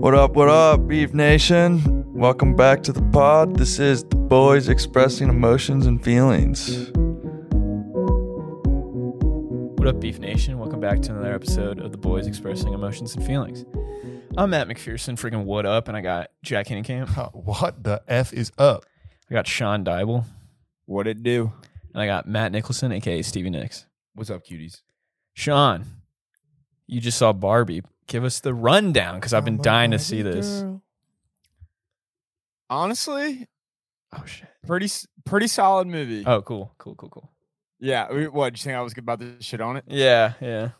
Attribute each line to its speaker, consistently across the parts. Speaker 1: What up, what up, Beef Nation? Welcome back to the pod. This is the boys expressing emotions and feelings.
Speaker 2: What up, Beef Nation? Welcome back to another episode of The Boys Expressing Emotions and Feelings. I'm Matt McPherson, freaking what up, and I got Jack Henningcamp.
Speaker 3: Huh, What the F is up?
Speaker 2: I got Sean Dybel,
Speaker 4: What it do?
Speaker 2: and I got Matt Nicholson, aka Stevie Nicks.
Speaker 4: What's up, cuties?
Speaker 2: Sean, you just saw Barbie. Give us the rundown because I've been dying to see this.
Speaker 4: Honestly,
Speaker 2: Oh shit!
Speaker 4: pretty s- pretty solid movie.
Speaker 2: Oh, cool, cool, cool, cool.
Speaker 4: Yeah, we- what? Did you think I was about to shit on it?
Speaker 2: Yeah, yeah.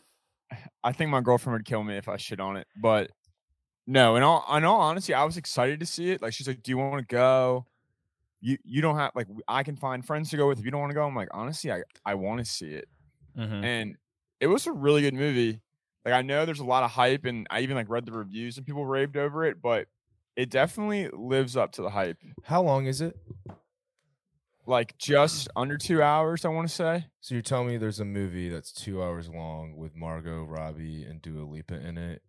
Speaker 4: I think my girlfriend would kill me if I shit on it. But no, in all in all honesty, I was excited to see it. Like she's like, "Do you want to go?" You you don't have like I can find friends to go with if you don't want to go. I'm like, honestly, I I want to see it.
Speaker 2: Mm-hmm.
Speaker 4: and it was a really good movie. Like I know there's a lot of hype, and I even like read the reviews and people raved over it, but it definitely lives up to the hype.
Speaker 5: How long is it?
Speaker 4: Like just under two hours, I want to say.
Speaker 5: So you're telling me there's a movie that's two hours long with Margot Robbie and Dua Lipa in it?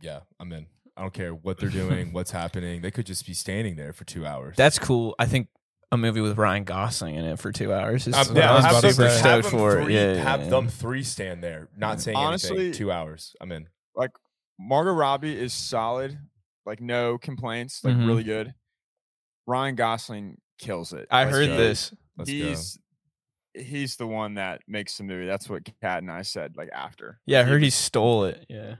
Speaker 5: Yeah, I'm in. I don't care what they're doing, what's happening. They could just be standing there for two hours.
Speaker 2: That's cool. I think a movie with Ryan Gosling in it for two hours is
Speaker 5: I'm,
Speaker 2: what
Speaker 5: Um, yeah,
Speaker 2: I'm
Speaker 5: have
Speaker 3: them-
Speaker 2: super
Speaker 5: them- have
Speaker 2: stoked
Speaker 5: them
Speaker 2: for. it.
Speaker 5: three-
Speaker 2: Yeah, yeah,
Speaker 5: have
Speaker 2: yeah. Mm-hmm.
Speaker 5: them three stand there, not saying
Speaker 4: Honestly-
Speaker 5: anything. Two hours. I'm in.
Speaker 4: Margot Robbie is solid, like no complaints, like
Speaker 5: Mm-hmm.
Speaker 2: Mhm.
Speaker 4: really good. Ryan Gosling kills it.
Speaker 2: I
Speaker 5: Let's
Speaker 2: heard
Speaker 5: go.
Speaker 2: this.
Speaker 5: Let's
Speaker 4: he's he's the one that makes the movie. That's what Kat and I said like after.
Speaker 2: Yeah, I heard he stole it. Yeah.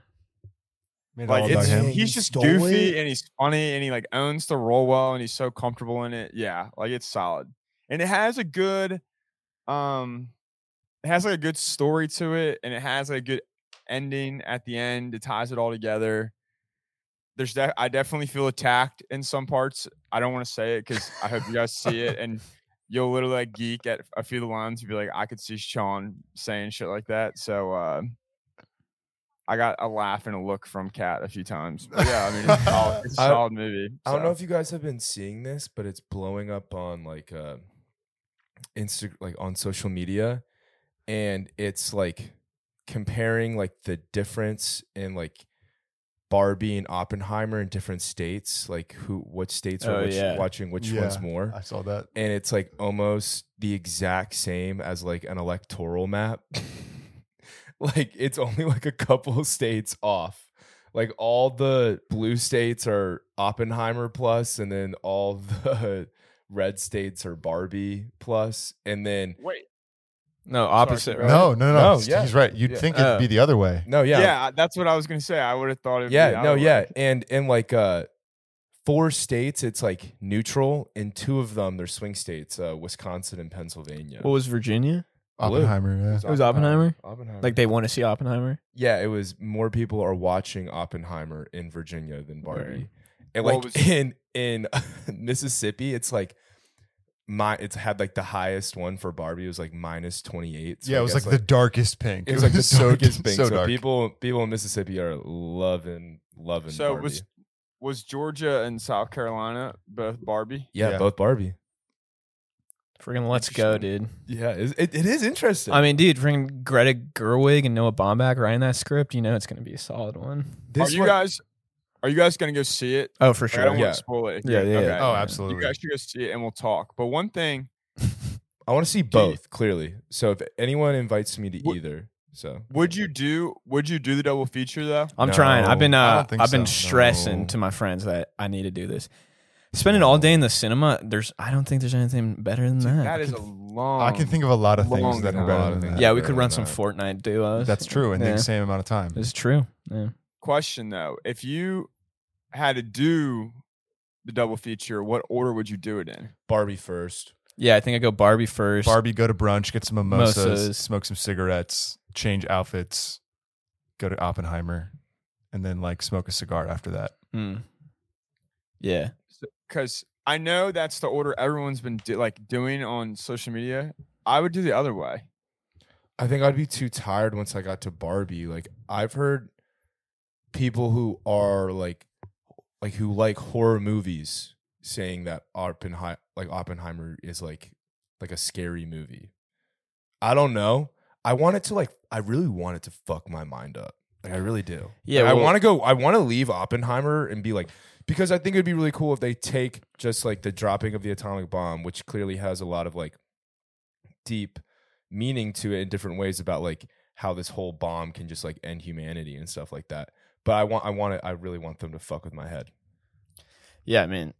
Speaker 4: like it's
Speaker 5: him.
Speaker 4: he's just goofy and he's funny and he like owns the role well and he's so comfortable in it. Yeah, like it's solid. And it has a good um it has like a good story to it and it has like, a good ending at the end. It ties it all together. There's de- I definitely feel attacked in some parts. I don't want to say it because I hope you guys see it and you'll literally like geek at a few of the lines. You'll be like, I could see Sean saying shit like that. So uh I got a laugh and a look from Kat a few times. But yeah, I mean, it's a solid, it's a
Speaker 5: I-
Speaker 4: solid movie.
Speaker 5: I don't know
Speaker 4: so.
Speaker 5: if you guys have been seeing this, but it's blowing up on like uh Insta like on social media and it's like comparing like the difference in like Barbie and Oppenheimer in different states, like who what states are
Speaker 2: Oh,
Speaker 5: which,
Speaker 2: yeah.
Speaker 5: watching which one's
Speaker 3: Yeah.
Speaker 5: more.
Speaker 3: I saw that.
Speaker 5: And it's like almost the exact same as like an electoral map. like it's only like a couple states off. Like all the blue states are Oppenheimer plus, and then all the red states are Barbie plus, and then
Speaker 4: Wait,
Speaker 2: No, opposite.
Speaker 4: Sorry.
Speaker 2: right?
Speaker 3: No, no, no.
Speaker 5: No,
Speaker 3: He's-
Speaker 5: yeah.
Speaker 3: He's right. You'd
Speaker 5: Yeah.
Speaker 3: think it'd
Speaker 2: Oh.
Speaker 3: be the other way.
Speaker 5: no,
Speaker 4: yeah.
Speaker 5: yeah,
Speaker 4: that's what I was gonna say. I would have thought it.
Speaker 5: yeah, no, yeah, and and like uh, four states it's like neutral, and two of them they're swing states, uh, Wisconsin and Pennsylvania.
Speaker 2: What was Virginia?
Speaker 5: Blue.
Speaker 3: Oppenheimer. Yeah.
Speaker 2: It was Oppenheimer?
Speaker 5: Oppenheimer.
Speaker 2: Like they want to see Oppenheimer.
Speaker 5: Yeah, it was more people are watching Oppenheimer in Virginia than Barbie.
Speaker 2: Word.
Speaker 5: And
Speaker 4: What
Speaker 5: like
Speaker 4: was-
Speaker 5: in in Mississippi, it's like my it's had like the highest one for Barbie was like minus twenty eight.
Speaker 3: yeah, it was like, the darkest pink.
Speaker 5: it was like the darkest pink.
Speaker 3: So
Speaker 5: So,
Speaker 3: dark.
Speaker 5: people people in Mississippi are loving loving
Speaker 4: So
Speaker 5: Barbie.
Speaker 4: was was Georgia and South Carolina both Barbie?
Speaker 5: yeah,
Speaker 3: Yeah.
Speaker 5: both Barbie.
Speaker 2: Freaking let's go, dude.
Speaker 5: Yeah, it, it, it is interesting.
Speaker 2: I mean, dude, freaking Greta Gerwig and Noah Baumbach writing that script, you know it's going to be a solid one.
Speaker 4: Are
Speaker 5: this
Speaker 4: you
Speaker 5: one-
Speaker 4: guys? Are you guys gonna go see it?
Speaker 2: Oh, for
Speaker 4: Like, I
Speaker 2: sure.
Speaker 4: don't
Speaker 5: Yeah.
Speaker 4: want to spoil it. if you
Speaker 2: Yeah,
Speaker 4: guys-
Speaker 2: yeah,
Speaker 4: okay.
Speaker 2: yeah.
Speaker 3: oh,
Speaker 2: You
Speaker 4: You
Speaker 3: absolutely.
Speaker 4: guys should go see it and we'll talk. But one thing,
Speaker 5: I want to see
Speaker 4: Do you-
Speaker 5: both clearly. So if anyone invites me to
Speaker 4: What-
Speaker 5: either, so
Speaker 4: would you do? Would you do the double feature though?
Speaker 2: I'm
Speaker 5: No,
Speaker 2: trying. I've been
Speaker 3: I
Speaker 2: uh,
Speaker 3: don't think
Speaker 2: I've been
Speaker 3: so.
Speaker 2: stressing
Speaker 5: No.
Speaker 2: to my friends that I need to do this. Spending all day in the cinema, there's I don't think there's anything better than
Speaker 4: Dude,
Speaker 2: that.
Speaker 4: that is a long.
Speaker 3: I can think of a lot of
Speaker 4: Long
Speaker 3: things that are
Speaker 4: time.
Speaker 3: better than
Speaker 5: Yeah,
Speaker 3: that.
Speaker 2: yeah, we could
Speaker 5: better
Speaker 2: run some
Speaker 5: than
Speaker 2: Fortnite duos.
Speaker 3: That's true. And
Speaker 2: Yeah.
Speaker 3: the same amount of time.
Speaker 2: It's true. Yeah.
Speaker 4: question though. If you had to do the double feature, what order would you do it in?
Speaker 5: Barbie first.
Speaker 2: Yeah, I think I go Barbie first.
Speaker 3: Barbie, go to brunch, get some mimosas,
Speaker 2: Mimosas.
Speaker 3: smoke some cigarettes, change outfits, go to Oppenheimer, and then like smoke a cigar after that.
Speaker 2: Mm. Yeah.
Speaker 4: because I know that's the order everyone's been do- like doing on social media. I would do the other way.
Speaker 5: I think I'd be too tired once I got to Barbie. Like I've heard people who are like like who like horror movies saying that Oppenheimer like Oppenheimer is like like a scary movie. I don't know. I want it to like I really want it to fuck my mind up. Like I really do.
Speaker 2: Yeah,
Speaker 5: Like, I
Speaker 2: well-
Speaker 5: want to go. I want to leave Oppenheimer and be like, because I think it'd be really cool if they take just like the dropping of the atomic bomb, which clearly has a lot of like deep meaning to it in different ways about like how this whole bomb can just like end humanity and stuff like that. But I want, I want to, I really want them to fuck with my head.
Speaker 2: Yeah, I mean,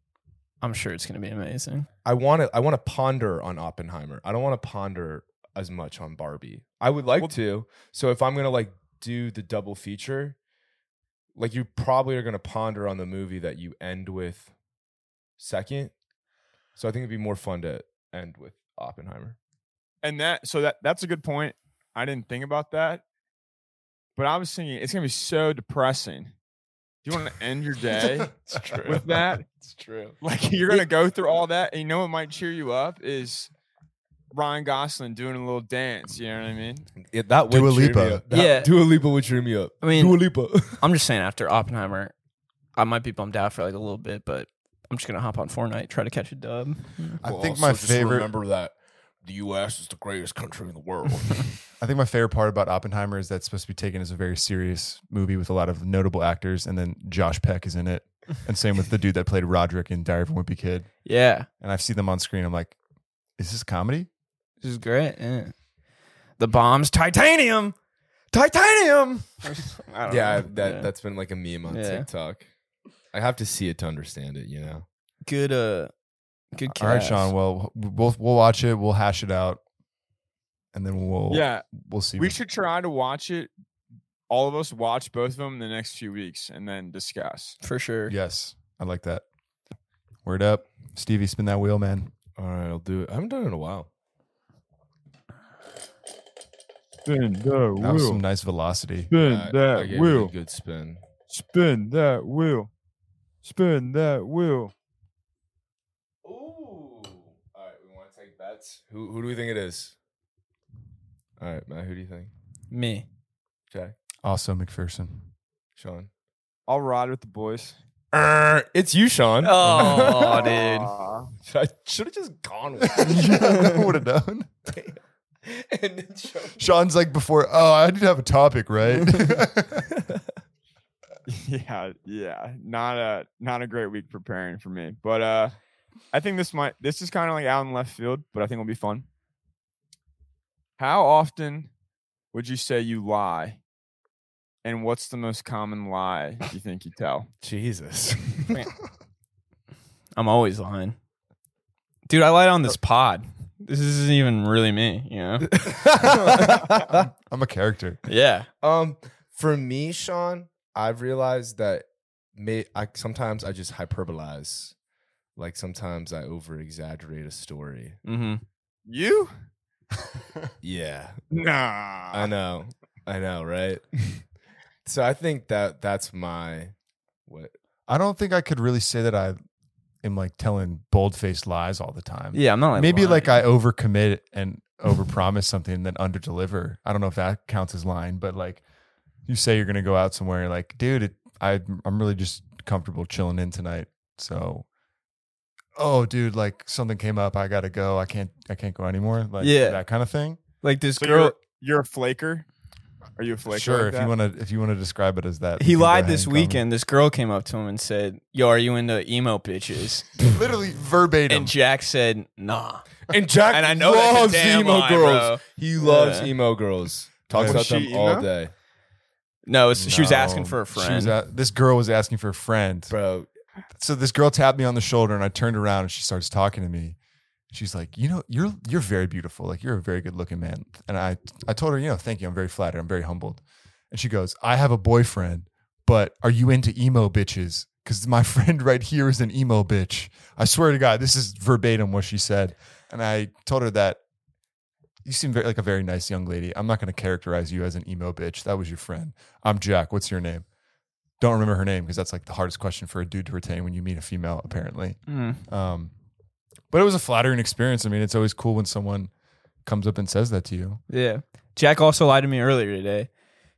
Speaker 2: I'm sure it's gonna be amazing.
Speaker 5: I want to, I want to ponder on Oppenheimer. I don't want to ponder as much on Barbie. I would like to. So if I'm gonna like do the double feature, like you probably are gonna ponder on the movie that you end with second. So I think it'd be more fun to end with Oppenheimer.
Speaker 4: And that so that that's a good point. I didn't think about that. But I was thinking it's gonna be so depressing. Do you want to end your day
Speaker 5: It's true.
Speaker 4: with that?
Speaker 5: it's true.
Speaker 4: Like you're gonna go through all that, and you know what might cheer you up is Ryan Gosling doing a little dance. You know what I mean?
Speaker 5: Yeah, that would
Speaker 3: Dua
Speaker 5: cheer
Speaker 3: Lipa.
Speaker 5: me up.
Speaker 2: Yeah.
Speaker 5: That, Dua Lipa would cheer me up.
Speaker 2: I mean-
Speaker 5: Dua Lipa.
Speaker 2: I'm just saying, after Oppenheimer, I might be bummed out for like a little bit, but I'm just gonna hop on Fortnite, try to catch a dub.
Speaker 5: Mm-hmm.
Speaker 3: I think my favorite
Speaker 5: Remember that the U.S. is the greatest country in the world.
Speaker 3: I think my favorite part about Oppenheimer is that's supposed to be taken as a very serious movie with a lot of notable actors, and then Josh Peck is in it, and same with the dude that played Roderick in Diary of a Wimpy Kid.
Speaker 2: Yeah,
Speaker 3: And I've seen them on screen. I'm like, is this comedy?
Speaker 2: this is great. Yeah. The bombs, titanium, titanium. I don't
Speaker 5: yeah,
Speaker 2: know.
Speaker 5: that
Speaker 2: Yeah.
Speaker 5: that's been like a meme on
Speaker 2: Yeah.
Speaker 5: TikTok. I have to see it to understand it, you know.
Speaker 2: good. Uh, good. Cast.
Speaker 3: All right, Sean. Well, we'll we'll watch it. We'll hash it out, and then we'll
Speaker 4: yeah,
Speaker 3: we'll see.
Speaker 4: we should try to watch it. All of us watch both of them in the next few weeks, and then discuss.
Speaker 2: for sure.
Speaker 3: Yes, I like that. Word up, Stevie, spin that wheel, man.
Speaker 5: All right, I'll do it. I haven't done it in a while.
Speaker 4: Spin that
Speaker 3: That was some nice velocity.
Speaker 4: Spin
Speaker 5: I- I gave it a good spin.
Speaker 4: Spin that wheel. Spin that wheel.
Speaker 5: Ooh. All right, we want to take bets. Who who do we think it is? All right, Matt, who do you think?
Speaker 2: Me.
Speaker 5: Jack,
Speaker 3: Also, McPherson.
Speaker 5: Sean.
Speaker 4: I'll ride with the boys.
Speaker 5: Er, it's you, Sean.
Speaker 2: Oh, dude.
Speaker 4: Aw.
Speaker 5: I should have just gone with
Speaker 3: yeah, would have done.
Speaker 5: it. and then Sean-
Speaker 3: Sean's like before. Oh, I didn't have a topic, right?
Speaker 4: yeah, yeah. Not a not a great week preparing for me. But uh I think this might this is kind of like out in left field, but I think it'll be fun. How often would you say you lie? And what's the most common lie you think you tell?
Speaker 5: Jesus.
Speaker 2: I'm always lying. Dude, I lied on this pod. This isn't even really me, you know?
Speaker 3: I'm a character.
Speaker 2: Yeah.
Speaker 5: Um, for me, Sean, I've realized that may I sometimes I just hyperbolize, like sometimes I over exaggerate a story.
Speaker 2: Mm-hmm.
Speaker 4: You?
Speaker 5: Yeah, I
Speaker 4: Nah.
Speaker 5: know, I know, right? so I think that that's my what
Speaker 3: I don't think I could really say that I am like telling bold faced lies all the time.
Speaker 2: Yeah, I'm not like
Speaker 3: Maybe
Speaker 2: lying.
Speaker 3: like I overcommit and overpromise something and then underdeliver. I don't know if that counts as lying, but like you say you're gonna go out somewhere, you're like, dude, it, I I'm really just comfortable chilling in tonight. So, oh, dude, like something came up, I gotta go. I can't I can't go anymore. Like
Speaker 2: Yeah.
Speaker 3: that kind of thing.
Speaker 2: like this
Speaker 4: So
Speaker 2: girl
Speaker 4: you're you're a flaker? Are you a flaker?
Speaker 3: sure,
Speaker 4: like
Speaker 3: if
Speaker 4: that?
Speaker 3: you wanna if you wanna describe it as that,
Speaker 2: he
Speaker 3: you can go
Speaker 2: lied
Speaker 3: ahead
Speaker 2: this
Speaker 3: and comment.
Speaker 2: weekend. This girl came up to him and said, Yo, are you into emo bitches?
Speaker 3: literally verbatim.
Speaker 2: and Jack said, Nah.
Speaker 5: and Jack
Speaker 2: And I know that's a
Speaker 5: loves
Speaker 2: damn
Speaker 5: emo
Speaker 2: lie,
Speaker 5: girls.
Speaker 2: bro.
Speaker 5: He loves
Speaker 2: Yeah. Oh,
Speaker 5: emo girls. Talks
Speaker 3: Was
Speaker 5: about them
Speaker 4: she
Speaker 5: all
Speaker 4: emo?
Speaker 5: day,
Speaker 2: No, it's, she was
Speaker 3: No.
Speaker 2: asking for a friend.
Speaker 3: She was a- this girl was asking for a friend.
Speaker 5: bro.
Speaker 3: So this girl tapped me on the shoulder, and I turned around, and she starts talking to me. She's like, "You know, you're you're very beautiful. Like you're a very good looking man." And I I told her, "You know, thank you. I'm very flattered. I'm very humbled." And she goes, "I have a boyfriend, but are you into emo bitches? Because my friend right here is an emo bitch. I swear to God, this is verbatim what she said." And I told her that. You seem very, like a very nice young lady. I'm not going to characterize you as an emo bitch. That was your friend. I'm Jack. What's your name? Don't remember her name because that's like the hardest question for a dude to retain when you meet a female, apparently.
Speaker 2: Mm.
Speaker 3: Um, but it was a flattering experience. I mean, it's always cool when someone comes up and says that to you.
Speaker 2: Yeah. Jack also lied to me earlier today.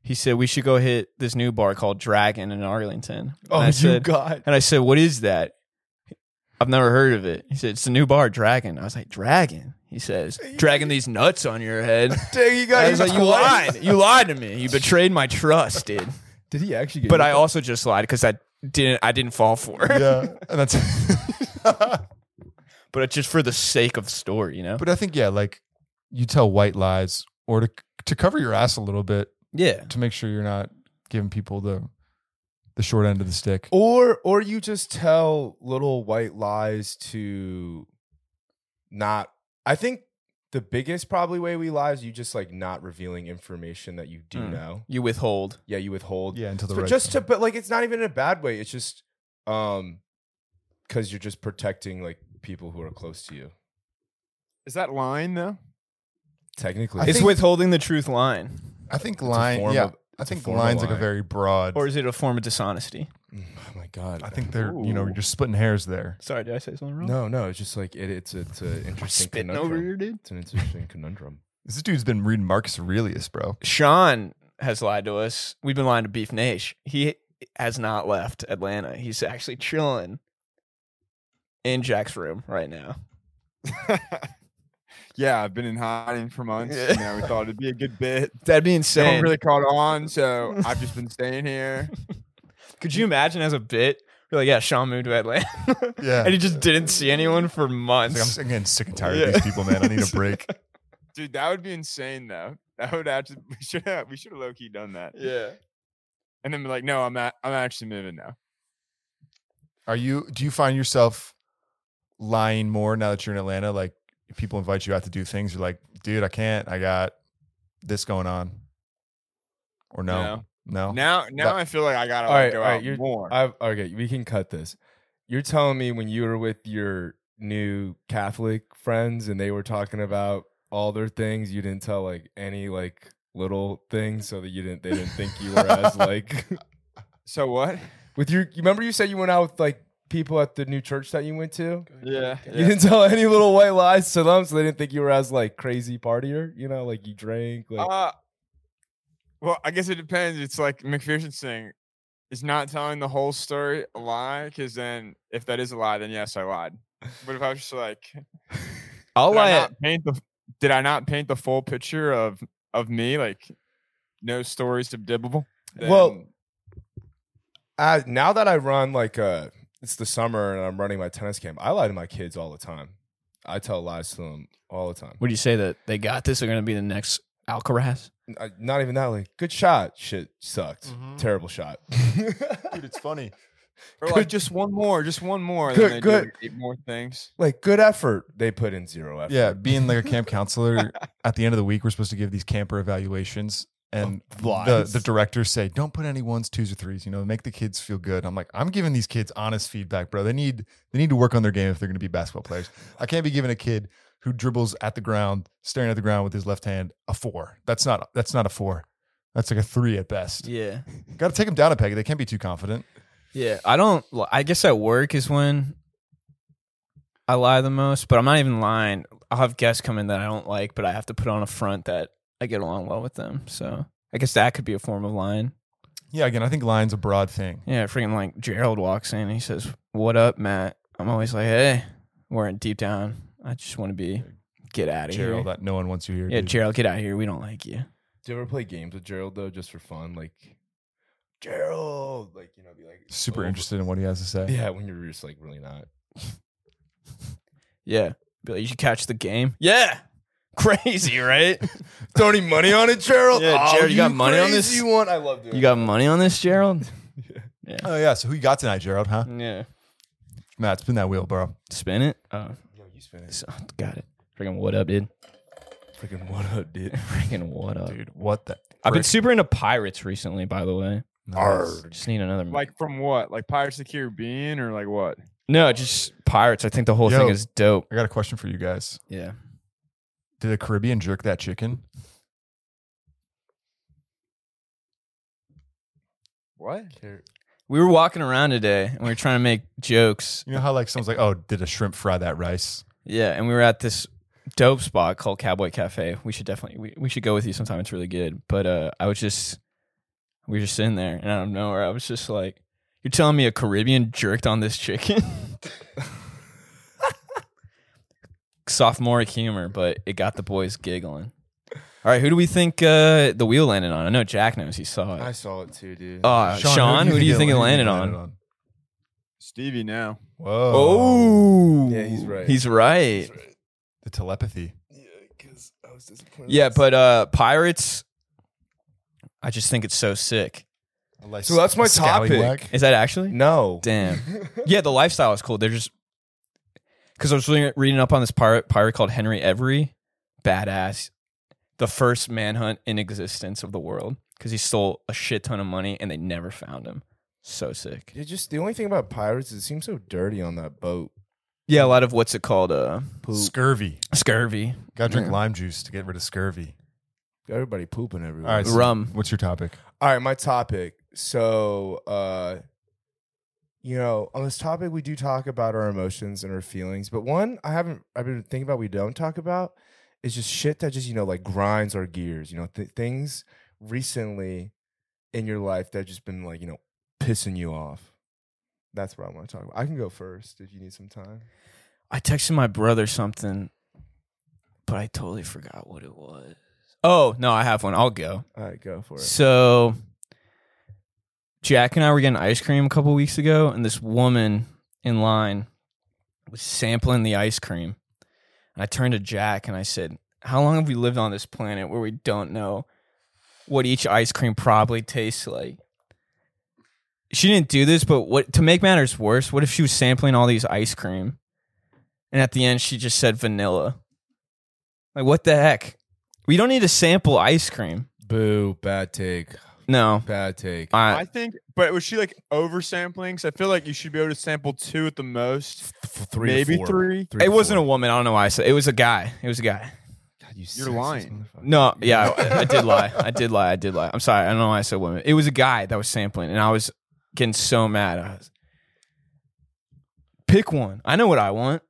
Speaker 2: He said we should go hit this new bar called Dragon in Arlington.
Speaker 5: Oh,
Speaker 2: and I
Speaker 5: you
Speaker 2: said,
Speaker 5: got
Speaker 2: and I said, "What is that?" I've never heard of it. He said, "It's a new bar, Dragon." I was like, "Dragon?" He says, dragging these nuts on your head.
Speaker 5: Dang, you
Speaker 2: I was like, you lied. You lied to me. You betrayed my trust, dude.
Speaker 5: Did he actually get
Speaker 2: But
Speaker 5: you
Speaker 2: I
Speaker 5: twice?
Speaker 2: also just lied because I didn't. I didn't fall for it.
Speaker 3: yeah, and that's.
Speaker 2: But it's just for the sake of story, you know.
Speaker 3: but I think yeah, like you tell white lies or to to cover your ass a little bit
Speaker 2: yeah.
Speaker 3: to make sure you're not giving people the the short end of the stick.
Speaker 5: or or you just tell little white lies to not i think the biggest probably way we lie is you just like not revealing information that you do
Speaker 2: Mm.
Speaker 5: know
Speaker 2: You withhold.
Speaker 5: Hmm. yeah you withhold
Speaker 3: Yeah, until the
Speaker 5: But
Speaker 3: right
Speaker 5: just to
Speaker 3: time.
Speaker 5: but like it's not even in a bad way it's just um because you're just protecting like people who are close to you
Speaker 4: Is that line though?
Speaker 5: technically
Speaker 3: I
Speaker 2: it's
Speaker 3: think-
Speaker 2: withholding the truth line,
Speaker 3: I think
Speaker 5: a
Speaker 3: line.
Speaker 5: form
Speaker 3: Yeah,
Speaker 5: of-
Speaker 3: I
Speaker 5: it's a
Speaker 3: think
Speaker 5: form of
Speaker 3: lines like a
Speaker 5: lying.
Speaker 3: very broad.
Speaker 2: or is it a form of dishonesty?
Speaker 5: oh my god
Speaker 3: I think they're you know you're splitting hairs there.
Speaker 2: Sorry, did I say something wrong?
Speaker 5: no no it's just like it, it's it's an
Speaker 2: Am I
Speaker 5: interesting
Speaker 2: spitting
Speaker 5: conundrum
Speaker 2: over here, dude.
Speaker 5: it's an interesting conundrum
Speaker 3: This dude's been reading Marcus Aurelius, bro.
Speaker 2: Sean has lied to us. We've been lying to Beef Nash. He has not left Atlanta. He's actually chilling in Jack's room right now.
Speaker 4: yeah, I've been in hiding for months.
Speaker 2: Yeah.
Speaker 4: You know, we thought it'd be a good bit.
Speaker 2: That'd be
Speaker 4: No
Speaker 2: insane.
Speaker 4: one really caught on, so I've just been staying here.
Speaker 2: Could you imagine as a bit? You're like, yeah, Sean moved to Atlanta.
Speaker 3: Yeah.
Speaker 2: and he just didn't see anyone for
Speaker 3: He's
Speaker 2: months.
Speaker 3: like, I'm getting sick and tired
Speaker 2: Yeah.
Speaker 3: of these people, man. I need a break.
Speaker 4: Dude, that would be insane though. That would actually we should have we should have low key done that.
Speaker 2: yeah.
Speaker 4: And then be like, no, I'm at, I'm actually moving now.
Speaker 3: Are you? Do you find yourself lying more now that you're in Atlanta? Like people invite you out to do things, you're like, dude, I can't. I got this going on. Or no, no.
Speaker 4: Now now
Speaker 3: But-
Speaker 4: I feel like I gotta
Speaker 5: All
Speaker 4: like,
Speaker 5: right,
Speaker 4: go
Speaker 5: all right,
Speaker 4: out
Speaker 5: you're- uh,
Speaker 4: more.
Speaker 5: I've okay, we can cut this. You're telling me when you were with your new Catholic friends and they were talking about all their things, you didn't tell like any like little things so that you didn't they didn't think you were as like
Speaker 4: so what?
Speaker 5: with your you remember you said you went out with like people at the new church that you went to?
Speaker 4: Yeah.
Speaker 5: You didn't tell any little white lies to them so they didn't think you were as like crazy partier, you know, like you drank like
Speaker 4: Uh, well, I guess it depends. It's like McPherson's thing. It's not telling the whole story a lie, because then if that is a lie, then yes, I lied. But if I was just like,
Speaker 2: I'll
Speaker 4: did Oh,
Speaker 2: lie.
Speaker 4: I uh not paint the did I not paint the full picture of of me? Like, no stories subdivable.
Speaker 5: Well, I, now that I run like uh it's the summer and I'm running my tennis camp, I lie to my kids all the time. I tell lies to them all the time.
Speaker 2: Would you say that they got this? They're going to be the next Alcaraz?
Speaker 5: I- not even that like good shot, shit sucked,
Speaker 2: Mm-hmm.
Speaker 3: Mhm.
Speaker 5: terrible shot.
Speaker 3: Dude, it's funny.
Speaker 4: or like just one more, just one more. and
Speaker 5: Good-
Speaker 4: then they do,
Speaker 5: good.
Speaker 4: like, eight more things.
Speaker 5: like good effort, they put in zero effort.
Speaker 3: Yeah, being like a camp counselor at the end of the week, we're supposed to give these camper evaluations, and the,
Speaker 5: lies.
Speaker 3: the directors say, "Don't put any ones, twos, or threes. You know, make the kids feel good." I'm like, I'm giving these kids honest feedback, bro. They need they need to work on their game if they're going to be basketball players. I can't be giving a kid who dribbles at the ground, staring at the ground with his left hand, a four. That's not that's not a four. That's like a three at best.
Speaker 2: Yeah.
Speaker 3: Got to take them down a peg. They can't be too confident.
Speaker 2: Yeah, I don't. I guess at work is when I lie the most, but I'm not even lying. I'll have guests come in that I don't like, but I have to put on a front that I get along well with them. So I guess that could be a form of lying.
Speaker 3: Yeah, again, I think lying's a broad thing.
Speaker 2: Yeah, freaking like Gerald walks in and he says, "What up, Matt?" I'm always like, "Hey," we're in deep down. I just want to be get out of
Speaker 3: Gerald,
Speaker 2: here.
Speaker 3: that no one wants you here.
Speaker 2: Yeah,
Speaker 3: dude.
Speaker 2: Gerald, get out of here. We don't like you.
Speaker 5: Do you ever play games with Gerald though, just for fun? Like Gerald, like you know, be like
Speaker 3: super
Speaker 5: over-
Speaker 3: interested in what he has to say.
Speaker 5: Yeah, when you're just like really not.
Speaker 2: Yeah, be like, you should catch the game. Yeah, crazy, right?
Speaker 5: Throw any money on it, Gerald?
Speaker 2: Yeah,
Speaker 5: Oh,
Speaker 2: Gerald, you got money on
Speaker 5: crazy
Speaker 2: this?
Speaker 5: One, I love doing.
Speaker 2: you
Speaker 5: that.
Speaker 2: got money on this, Gerald?
Speaker 3: Oh yeah, so who you got tonight, Gerald? Huh?
Speaker 2: Yeah.
Speaker 3: Matt, spin that wheel, bro.
Speaker 2: Spin it. Oh,
Speaker 5: Yo, you spin it.
Speaker 2: so- got it. Freaking what up, dude?
Speaker 5: Freaking what up, dude?
Speaker 2: Freaking what up?
Speaker 3: Dude, what the?
Speaker 2: I've been super into pirates recently, by the way.
Speaker 3: Nice.
Speaker 2: Just need another.
Speaker 4: Like from what? Like Pirates of the Caribbean, or like what?
Speaker 2: no, just pirates. I think the whole
Speaker 3: Yo.
Speaker 2: thing is dope.
Speaker 3: I got a question for you guys.
Speaker 2: Yeah.
Speaker 3: Did a Caribbean jerk that chicken?
Speaker 4: What?
Speaker 2: We were walking around today and we were trying to make jokes.
Speaker 3: You know how like someone's like, "Oh, did a shrimp fry that rice?"
Speaker 2: Yeah, and we were at this dope spot called Cowboy Cafe. We should definitely we, we should go with you sometime. It's really good. But uh, I was just we were just sitting there, and out of nowhere, I was just like, "You're telling me a Caribbean jerked on this chicken?" sophomoric humor, but it got the boys giggling. All right, who do we think uh, the wheel landed on? I know Jack knows he saw
Speaker 5: I
Speaker 2: it.
Speaker 5: saw it too, dude.
Speaker 2: Uh, Sean, who do you think it landed on?
Speaker 4: Stevie now.
Speaker 3: Whoa.
Speaker 2: Oh,
Speaker 5: Yeah, he's right.
Speaker 2: He's right.
Speaker 3: The telepathy.
Speaker 5: yeah, because I was disappointed.
Speaker 2: Yeah, but uh, Pirates, I just think it's so sick.
Speaker 5: So that's my topic.
Speaker 2: Is that actually?
Speaker 5: no.
Speaker 2: Damn. yeah, the lifestyle is cool. They're just because I was reading, reading up on this pirate pirate called Henry Every, badass, the first manhunt in existence of the world because he stole a shit ton of money and they never found him. So sick.
Speaker 5: It just the only thing about pirates is it seems so dirty on that boat.
Speaker 2: Yeah, a lot of what's it called? Uh, poop.
Speaker 3: Scurvy.
Speaker 2: scurvy,
Speaker 3: Got to drink
Speaker 2: Yeah.
Speaker 3: lime juice to get rid of scurvy.
Speaker 5: Everybody pooping everywhere.
Speaker 3: All right, so-
Speaker 2: rum.
Speaker 3: What's your topic?
Speaker 5: All right, my topic. So, uh, you know, on this topic, we do talk about our emotions and our feelings, but one I haven't, I've been thinking about, we don't talk about is just shit that just, you know, like grinds our gears, you know, th- things recently in your life that just been like, you know, pissing you off. That's what I want to talk about. I can go first if you need some time.
Speaker 2: I texted my brother something, but I totally forgot what it was. Oh no, I have one. I'll go.
Speaker 5: All right, go for it.
Speaker 2: So Jack and I were getting ice cream a couple weeks ago, and this woman in line was sampling the ice cream. And I turned to Jack and I said, How long have we lived on this planet where we don't know what each ice cream probably tastes like? She didn't do this, but what to make matters worse, what if she was sampling all these ice cream and at the end she just said vanilla? Like what the heck? We don't need to sample ice cream.
Speaker 5: Boo, bad take,
Speaker 2: No.
Speaker 5: bad take.
Speaker 4: I think, but was she like oversampling? Because I feel like you should be able to sample two at the most,
Speaker 5: three, or
Speaker 4: maybe
Speaker 5: four.
Speaker 4: three.
Speaker 5: Three
Speaker 2: it
Speaker 5: or
Speaker 2: wasn't a
Speaker 5: four.
Speaker 2: woman. I don't know why I said it was a guy. It was a guy.
Speaker 5: God, you
Speaker 4: You're
Speaker 5: sexist
Speaker 4: lying.
Speaker 5: motherfucker.
Speaker 2: No, yeah, I, I did lie. I did lie. I did lie. I'm sorry. I don't know why I said women. It was a guy that was sampling, and I was getting so mad. I was, pick one. I know what I want.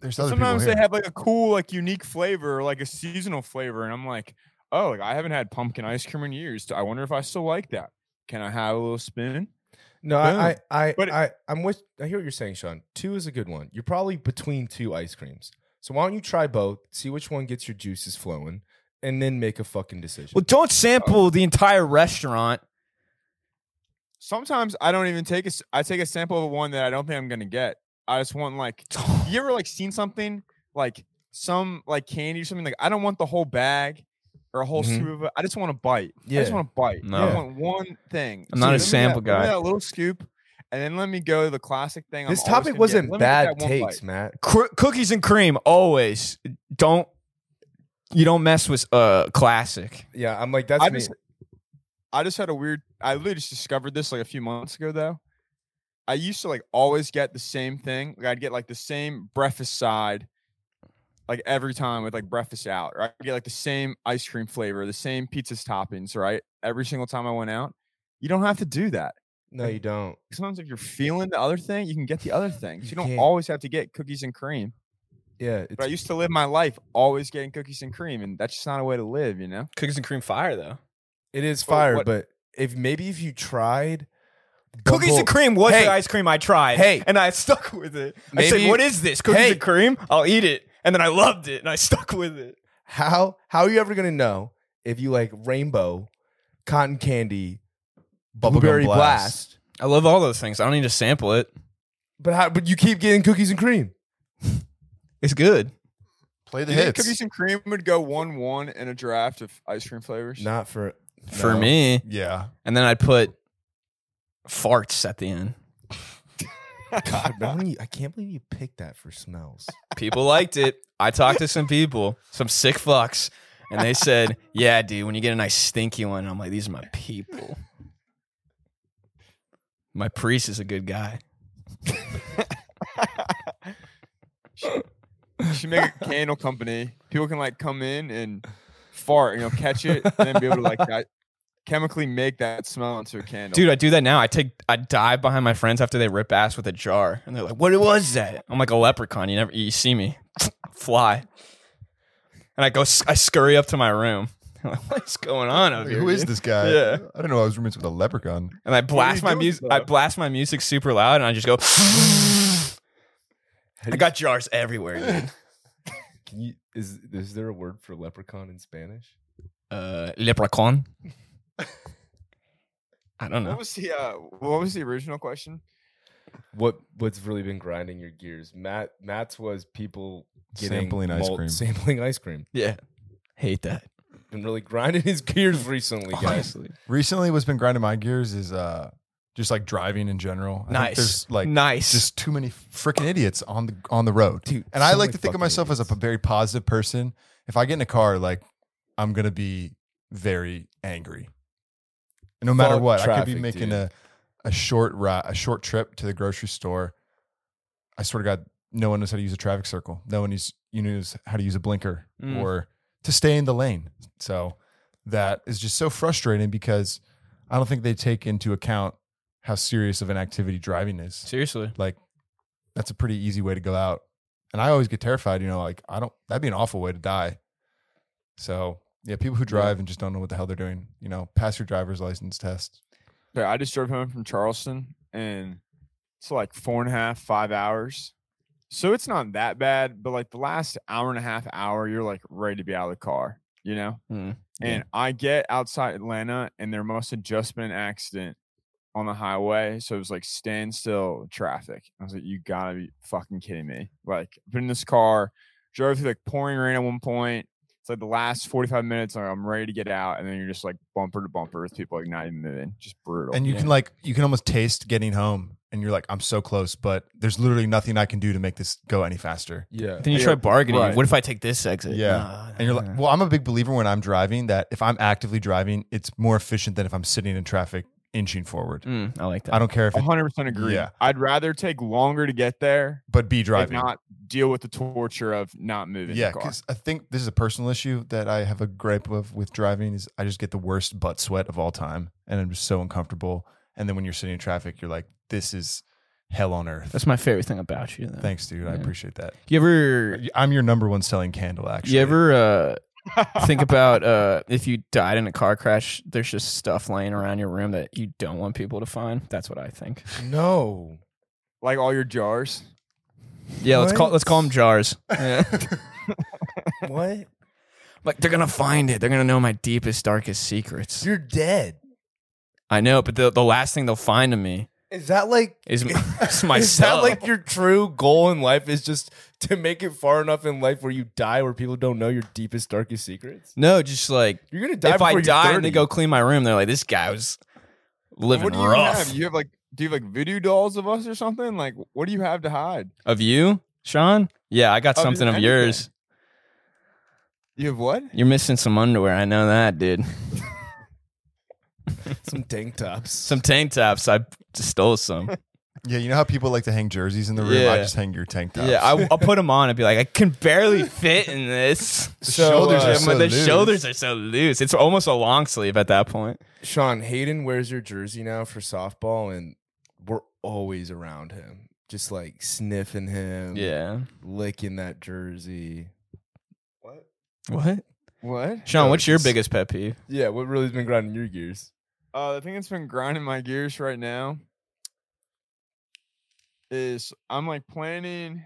Speaker 3: There's other
Speaker 4: Sometimes
Speaker 3: people
Speaker 4: they
Speaker 3: here.
Speaker 4: have like a cool, like unique flavor, like a seasonal flavor, and I'm like, oh, like I haven't had pumpkin ice cream in years. I wonder if I still like that. Can I have a little spin?
Speaker 5: No, I, I, I,
Speaker 4: But-
Speaker 5: I, I'm with. I hear what you're saying, Sean. Two is a good one. You're probably between two ice creams, so why don't you try both? See which one gets your juices flowing, and then make a fucking decision.
Speaker 2: Well, don't sample the entire restaurant.
Speaker 4: Sometimes I don't even take a. s- I take a sample of one that I don't think I'm gonna get. I just want like,
Speaker 2: Oh.
Speaker 4: you ever like seen something like some like candy or something like I don't want the whole bag or a whole
Speaker 5: Mhm.
Speaker 4: scoop of it. I just want a bite. I just
Speaker 5: Yeah.
Speaker 4: want a bite. I
Speaker 2: Mm-hmm. No.
Speaker 4: want one thing.
Speaker 2: I'm not a
Speaker 4: let me
Speaker 2: sample
Speaker 4: that, let me
Speaker 2: guy.
Speaker 4: That little scoop, and then let me go to the classic thing. I'm
Speaker 5: this
Speaker 4: always
Speaker 5: topic
Speaker 4: gonna
Speaker 5: wasn't
Speaker 4: get. Let me get
Speaker 5: bad
Speaker 4: that one
Speaker 5: takes,
Speaker 4: bite.
Speaker 5: Matt.
Speaker 2: Cr- cookies and cream always. Don't you don't mess with uh classic.
Speaker 5: Yeah, I'm like that's
Speaker 4: I
Speaker 5: me.
Speaker 4: just, I just had a weird. I literally just discovered this like a few months ago though. I used to like always get the same thing. Like I'd get like the same breakfast side, like every time with like breakfast out, right? I'd get like the same ice cream flavor, the same pizza's toppings, right? Every single time I went out. You don't have to do that.
Speaker 5: no, you don't.
Speaker 4: Sometimes if you're feeling the other thing, you can get the other thing.
Speaker 5: You
Speaker 4: You don't
Speaker 5: can't.
Speaker 4: always have to get cookies and cream.
Speaker 5: Yeah, it's,
Speaker 4: But I used to live my life always getting cookies and cream, and that's just not a way to live, you know?
Speaker 2: Cookies and cream fire though.
Speaker 5: it is
Speaker 4: but
Speaker 5: fire.
Speaker 4: what-
Speaker 5: But if maybe if you tried
Speaker 2: Cookies
Speaker 5: Bumble-
Speaker 2: and cream was
Speaker 5: Hey.
Speaker 2: the ice cream I tried.
Speaker 5: Hey.
Speaker 2: and I stuck with it. I
Speaker 5: Maybe-
Speaker 2: said, "What is this? Cookies
Speaker 5: Hey.
Speaker 2: and cream? I'll eat it." And then I loved it, and I stuck with it.
Speaker 5: how how are you ever gonna know if you like rainbow, cotton candy,
Speaker 3: Bubblegum
Speaker 5: blueberry
Speaker 3: blast.
Speaker 5: blast
Speaker 2: I love all those things. I don't need to sample it.
Speaker 5: But how, but you keep getting cookies and cream.
Speaker 2: It's good.
Speaker 3: Play the
Speaker 4: Do you think
Speaker 3: hits.
Speaker 4: cookies and cream would go one one in a draft of ice cream flavors?
Speaker 5: Not for
Speaker 2: for
Speaker 5: no.
Speaker 2: me.
Speaker 3: Yeah.
Speaker 2: And then I'd put farts at the end.
Speaker 5: God, Melanie, you- I can't believe you picked that for smells.
Speaker 2: People liked it. I talked to some people, some sick fucks, and they said, "Yeah, dude, when you get a nice stinky one," I'm like, "These are my people." My priest is a good guy.
Speaker 4: You should make a candle company. People can like come in and fart, you know, catch it, and then be able to like that, chemically make that smell into a candle.
Speaker 2: Dude, I do that now. I take I dive behind my friends after they rip ass with a jar, and they're like, "What was that?" I'm like a leprechaun. You never you see me fly, and I go s- I scurry up to my room. What's going on over
Speaker 3: Like,
Speaker 2: here?
Speaker 3: who is
Speaker 2: dude?
Speaker 3: this guy?
Speaker 2: Yeah.
Speaker 3: I don't know. I was roommates with a leprechaun.
Speaker 2: And I blast
Speaker 4: you
Speaker 2: my
Speaker 4: doing,
Speaker 2: music.
Speaker 4: bro?
Speaker 2: I blast my music super loud, and I just go. I got jars everywhere. Dude.
Speaker 5: Can you is is there a word for leprechaun in Spanish?
Speaker 2: Uh, leprechaun. I don't
Speaker 4: What
Speaker 2: know.
Speaker 4: was the uh, what was the original question?
Speaker 5: What what's really been grinding your gears? Matt Matt's was people getting
Speaker 3: Sampling ice
Speaker 5: malt-
Speaker 3: cream.
Speaker 5: Sampling ice cream.
Speaker 2: Yeah, hate that.
Speaker 5: Been really grinding his gears recently, guys.
Speaker 2: Honestly,
Speaker 3: Recently, what's been grinding my gears is uh, just like driving in general. I think
Speaker 2: nice.
Speaker 3: there's like
Speaker 2: nice.
Speaker 3: just too many freaking idiots on the on the road.
Speaker 5: Dude,
Speaker 3: And I
Speaker 5: so
Speaker 3: like
Speaker 5: many
Speaker 3: to think of
Speaker 5: fucking
Speaker 3: myself as a
Speaker 5: idiots.
Speaker 3: p- very positive person. If I get in a car, like I'm gonna be very angry. No matter
Speaker 5: Fuck
Speaker 3: what, I could be
Speaker 5: traffic,
Speaker 3: making
Speaker 5: dude.
Speaker 3: a a short ride, a short trip to the grocery store. I swear to God, no one knows how to use a traffic circle. No one knows you knows how to use a blinker
Speaker 2: Mm.
Speaker 3: or to stay in the lane. So that is just so frustrating because I don't think they take into account how serious of an activity driving is
Speaker 2: Seriously,
Speaker 3: like that's a pretty easy way to go out. And I always get terrified, you know, like I don't that'd be an awful way to die. So yeah, people who drive and just don't know what the hell they're doing, you know, pass your driver's license test.
Speaker 4: Yeah, I just drove home from Charleston and it's like four and a half, five hours. So it's not that bad, but like the last hour and a half hour, you're like ready to be out of the car, you know?
Speaker 2: Mm, yeah.
Speaker 4: And I get outside Atlanta and there must have just been an accident on the highway. So it was like standstill traffic. I was like, you gotta be fucking kidding me. Like, been in this car, drove through like pouring rain at one point. It's like the last 45 minutes, like, I'm ready to get out. And then you're just like bumper to bumper with people like not even moving. Just brutal.
Speaker 3: And you
Speaker 2: Yeah.
Speaker 3: can like you can almost taste getting home and you're like, I'm so close, but there's literally nothing I can do to make this go any faster.
Speaker 5: Yeah.
Speaker 2: then you
Speaker 4: Yeah,
Speaker 2: try bargaining.
Speaker 4: right.
Speaker 2: What if I take this exit?
Speaker 3: Yeah.
Speaker 2: Nah,
Speaker 3: And you're like, well, I'm a big believer when I'm driving that if I'm actively driving, it's more efficient than if I'm sitting in traffic inching forward.
Speaker 2: Mm, I like that.
Speaker 3: I don't care if it,
Speaker 4: 100% agree.
Speaker 3: Yeah.
Speaker 4: I'd rather take longer to get there
Speaker 3: but be
Speaker 4: and
Speaker 3: driving.
Speaker 4: not deal with the torture of not moving.
Speaker 3: Yeah,
Speaker 4: the car.
Speaker 3: because I think this is a personal issue that I have a gripe of with driving is I just get the worst butt sweat of all time, and I'm just so uncomfortable. And then when you're sitting in traffic, you're like, "This is hell on earth."
Speaker 2: That's my favorite thing about you. Though.
Speaker 3: Thanks, dude. I
Speaker 2: Yeah.
Speaker 3: appreciate that.
Speaker 2: You ever?
Speaker 3: I'm your number one selling candle. Actually,
Speaker 2: You ever? Uh, think about uh, if you died in a car crash. There's just stuff laying around your room that you don't want people to find. That's what I think.
Speaker 5: No.
Speaker 4: like all your jars.
Speaker 2: Yeah, let's call
Speaker 5: What?
Speaker 2: let's call them jars.
Speaker 5: What?
Speaker 2: Like they're gonna find it. They're gonna know my deepest, darkest secrets.
Speaker 5: You're dead.
Speaker 2: I know, but the the last thing they'll find of me
Speaker 5: Is that like
Speaker 2: is, m- is
Speaker 5: Is that
Speaker 2: myself.
Speaker 5: like your true goal in life is just to make it far enough in life where you die where people don't know your deepest, darkest secrets?
Speaker 2: no, just like
Speaker 5: You're gonna die
Speaker 2: if I
Speaker 5: before
Speaker 2: die
Speaker 5: you're
Speaker 2: and they
Speaker 5: 30.
Speaker 2: go clean my room, they're like, this guy was living
Speaker 4: What do you
Speaker 2: rough.
Speaker 4: have? You have like, do you have like voodoo dolls of us or something? Like, what do you have to hide?
Speaker 2: of you, Sean? Yeah, I got
Speaker 4: Of
Speaker 2: something of
Speaker 4: anything.
Speaker 2: yours.
Speaker 4: You have what?
Speaker 2: You're missing some underwear. I know that, dude.
Speaker 5: some tank tops.
Speaker 2: Some tank tops. I just stole some.
Speaker 3: Yeah, you know how people like to hang jerseys in the room. I
Speaker 2: Yeah.
Speaker 3: just hang your tank top.
Speaker 2: Yeah, I, I'll put them on and be like, I can barely fit in this.
Speaker 3: The shoulders
Speaker 5: uh,
Speaker 3: are
Speaker 2: Yeah,
Speaker 3: so
Speaker 2: my- the
Speaker 3: loose.
Speaker 2: shoulders are so loose. It's almost a long sleeve at that point.
Speaker 5: Sean Hayden wears your jersey now for softball, and we're always around him, just like sniffing him,
Speaker 2: Yeah.
Speaker 5: licking that jersey. What?
Speaker 2: What?
Speaker 4: What?
Speaker 2: Sean,
Speaker 5: No,
Speaker 2: what's your
Speaker 5: just-
Speaker 2: biggest pet peeve?
Speaker 5: Yeah, what really's been grinding your gears?
Speaker 4: Uh, the thing that's been grinding my gears right now is I'm like planning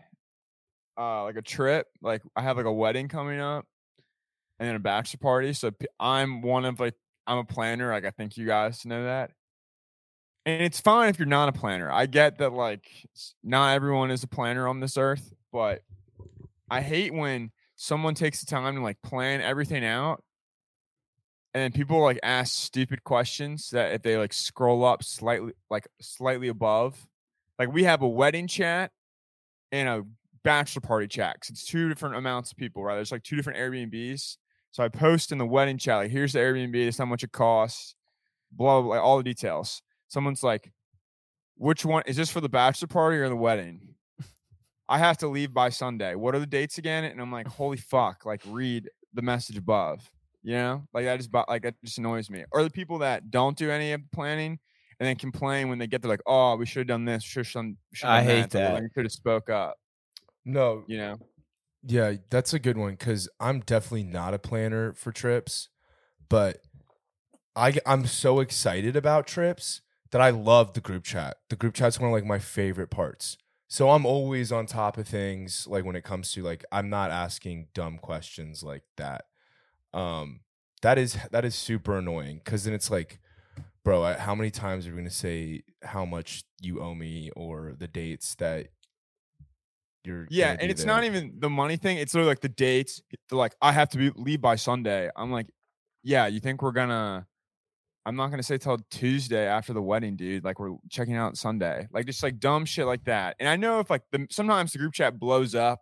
Speaker 4: uh like a trip. Like I have like a wedding coming up and then a bachelor party. So p- I'm one of like I'm a planner. Like I think you guys know that. And it's fine if you're not a planner. I get that like s- not everyone is a planner on this earth, but I hate when someone takes the time to like plan everything out and then people like ask stupid questions that if they like scroll up slightly like slightly above like we have a wedding chat and a bachelor party chat 'cause it's two different amounts of people right there's like two different airbnbs so i post in the wedding chat like here's the airbnb it's how much it costs blah blah, blah all the details someone's like which one is this for the bachelor party or the wedding i have to leave by sunday what are the dates again and i'm like holy fuck like read the message above you know, like that just bo- like that just annoys me. Or the people that don't do any of the planning and then complain when they get there, like, "Oh, we should have done this. Should have done. Should've
Speaker 2: I
Speaker 4: done
Speaker 2: hate
Speaker 4: that.
Speaker 2: that.
Speaker 4: Like, could have spoke up."
Speaker 5: No,
Speaker 4: You know,
Speaker 5: Yeah, that's a good one because I'm definitely not a planner for trips, but I am so excited about trips that I love the group chat. The group chat's one of like my favorite parts So I'm always on top of things like when it comes to like I'm not asking dumb questions like that. Um that is that is super annoying cuz then it's like bro, I- how many times are we going to say how much you owe me or the dates that you're
Speaker 4: Yeah,
Speaker 5: gonna
Speaker 4: and
Speaker 5: be
Speaker 4: it's not
Speaker 5: there?
Speaker 4: even the money thing. It's literally like the dates. They're like, I have to be leave by Sunday. I'm like, yeah, you think we're gonna? I'm not gonna say till Tuesday after the wedding, dude. Like we're checking out Sunday. Like just like dumb shit like that. And I know if like the sometimes the group chat blows up,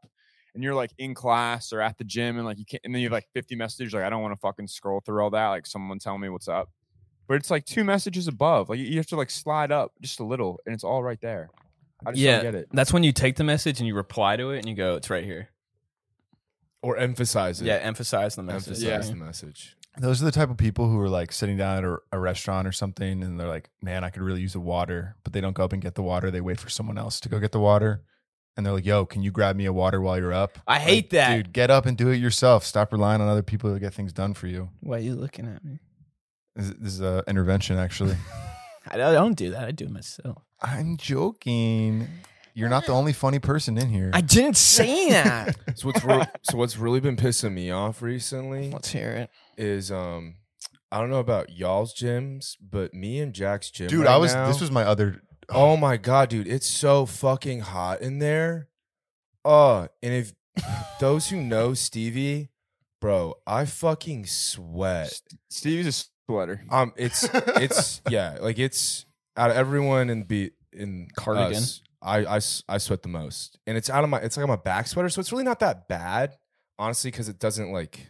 Speaker 4: and you're like in class or at the gym, and like you can't, and then you have like 50 messages. Like I don't want to fucking scroll through all that. Like someone tell me what's up. But it's like two messages above. Like you- you have to like slide up just a little, and it's all right there. I just
Speaker 2: Yeah.
Speaker 4: don't get it.
Speaker 2: That's when you take the message and you reply to it and you go, it's right here.
Speaker 5: or emphasize it.
Speaker 2: Yeah, emphasize the message.
Speaker 5: emphasize
Speaker 4: Yeah.
Speaker 5: the message.
Speaker 3: Those are the type of people who are like sitting down at a, a restaurant or something and they're like, man, I could really use the water, but they don't go up and get the water. They wait for someone else to go get the water. And they're like, yo, can you grab me a water while you're up?
Speaker 2: I hate
Speaker 3: Like,
Speaker 2: that.
Speaker 3: Dude, get up and do it yourself. Stop relying on other people to get things done for you.
Speaker 2: Why are you looking at me?
Speaker 3: This, this is an intervention, actually.
Speaker 2: I I don't do that. I do it myself.
Speaker 3: I'm joking. You're not the only funny person in here.
Speaker 2: didn't say that.
Speaker 5: So what's re- so what's really been pissing me off recently
Speaker 2: Let's hear it.
Speaker 5: is um I don't know about y'all's gyms, but me and Jack's gym.
Speaker 3: dude,
Speaker 5: right
Speaker 3: I was,
Speaker 5: now-
Speaker 3: this was my other,
Speaker 5: Oh my god, dude, it's so fucking hot in there. Uh, and if those who know Stevie, bro, I fucking sweat.
Speaker 4: Steve's a sweater.
Speaker 5: Um, it's it's yeah, like it's out of everyone in be in
Speaker 2: Cardigan.
Speaker 5: us, I, I s- I sweat the most, and it's out of my it's like on my back sweater, so it's really not that bad, honestly, because it doesn't like.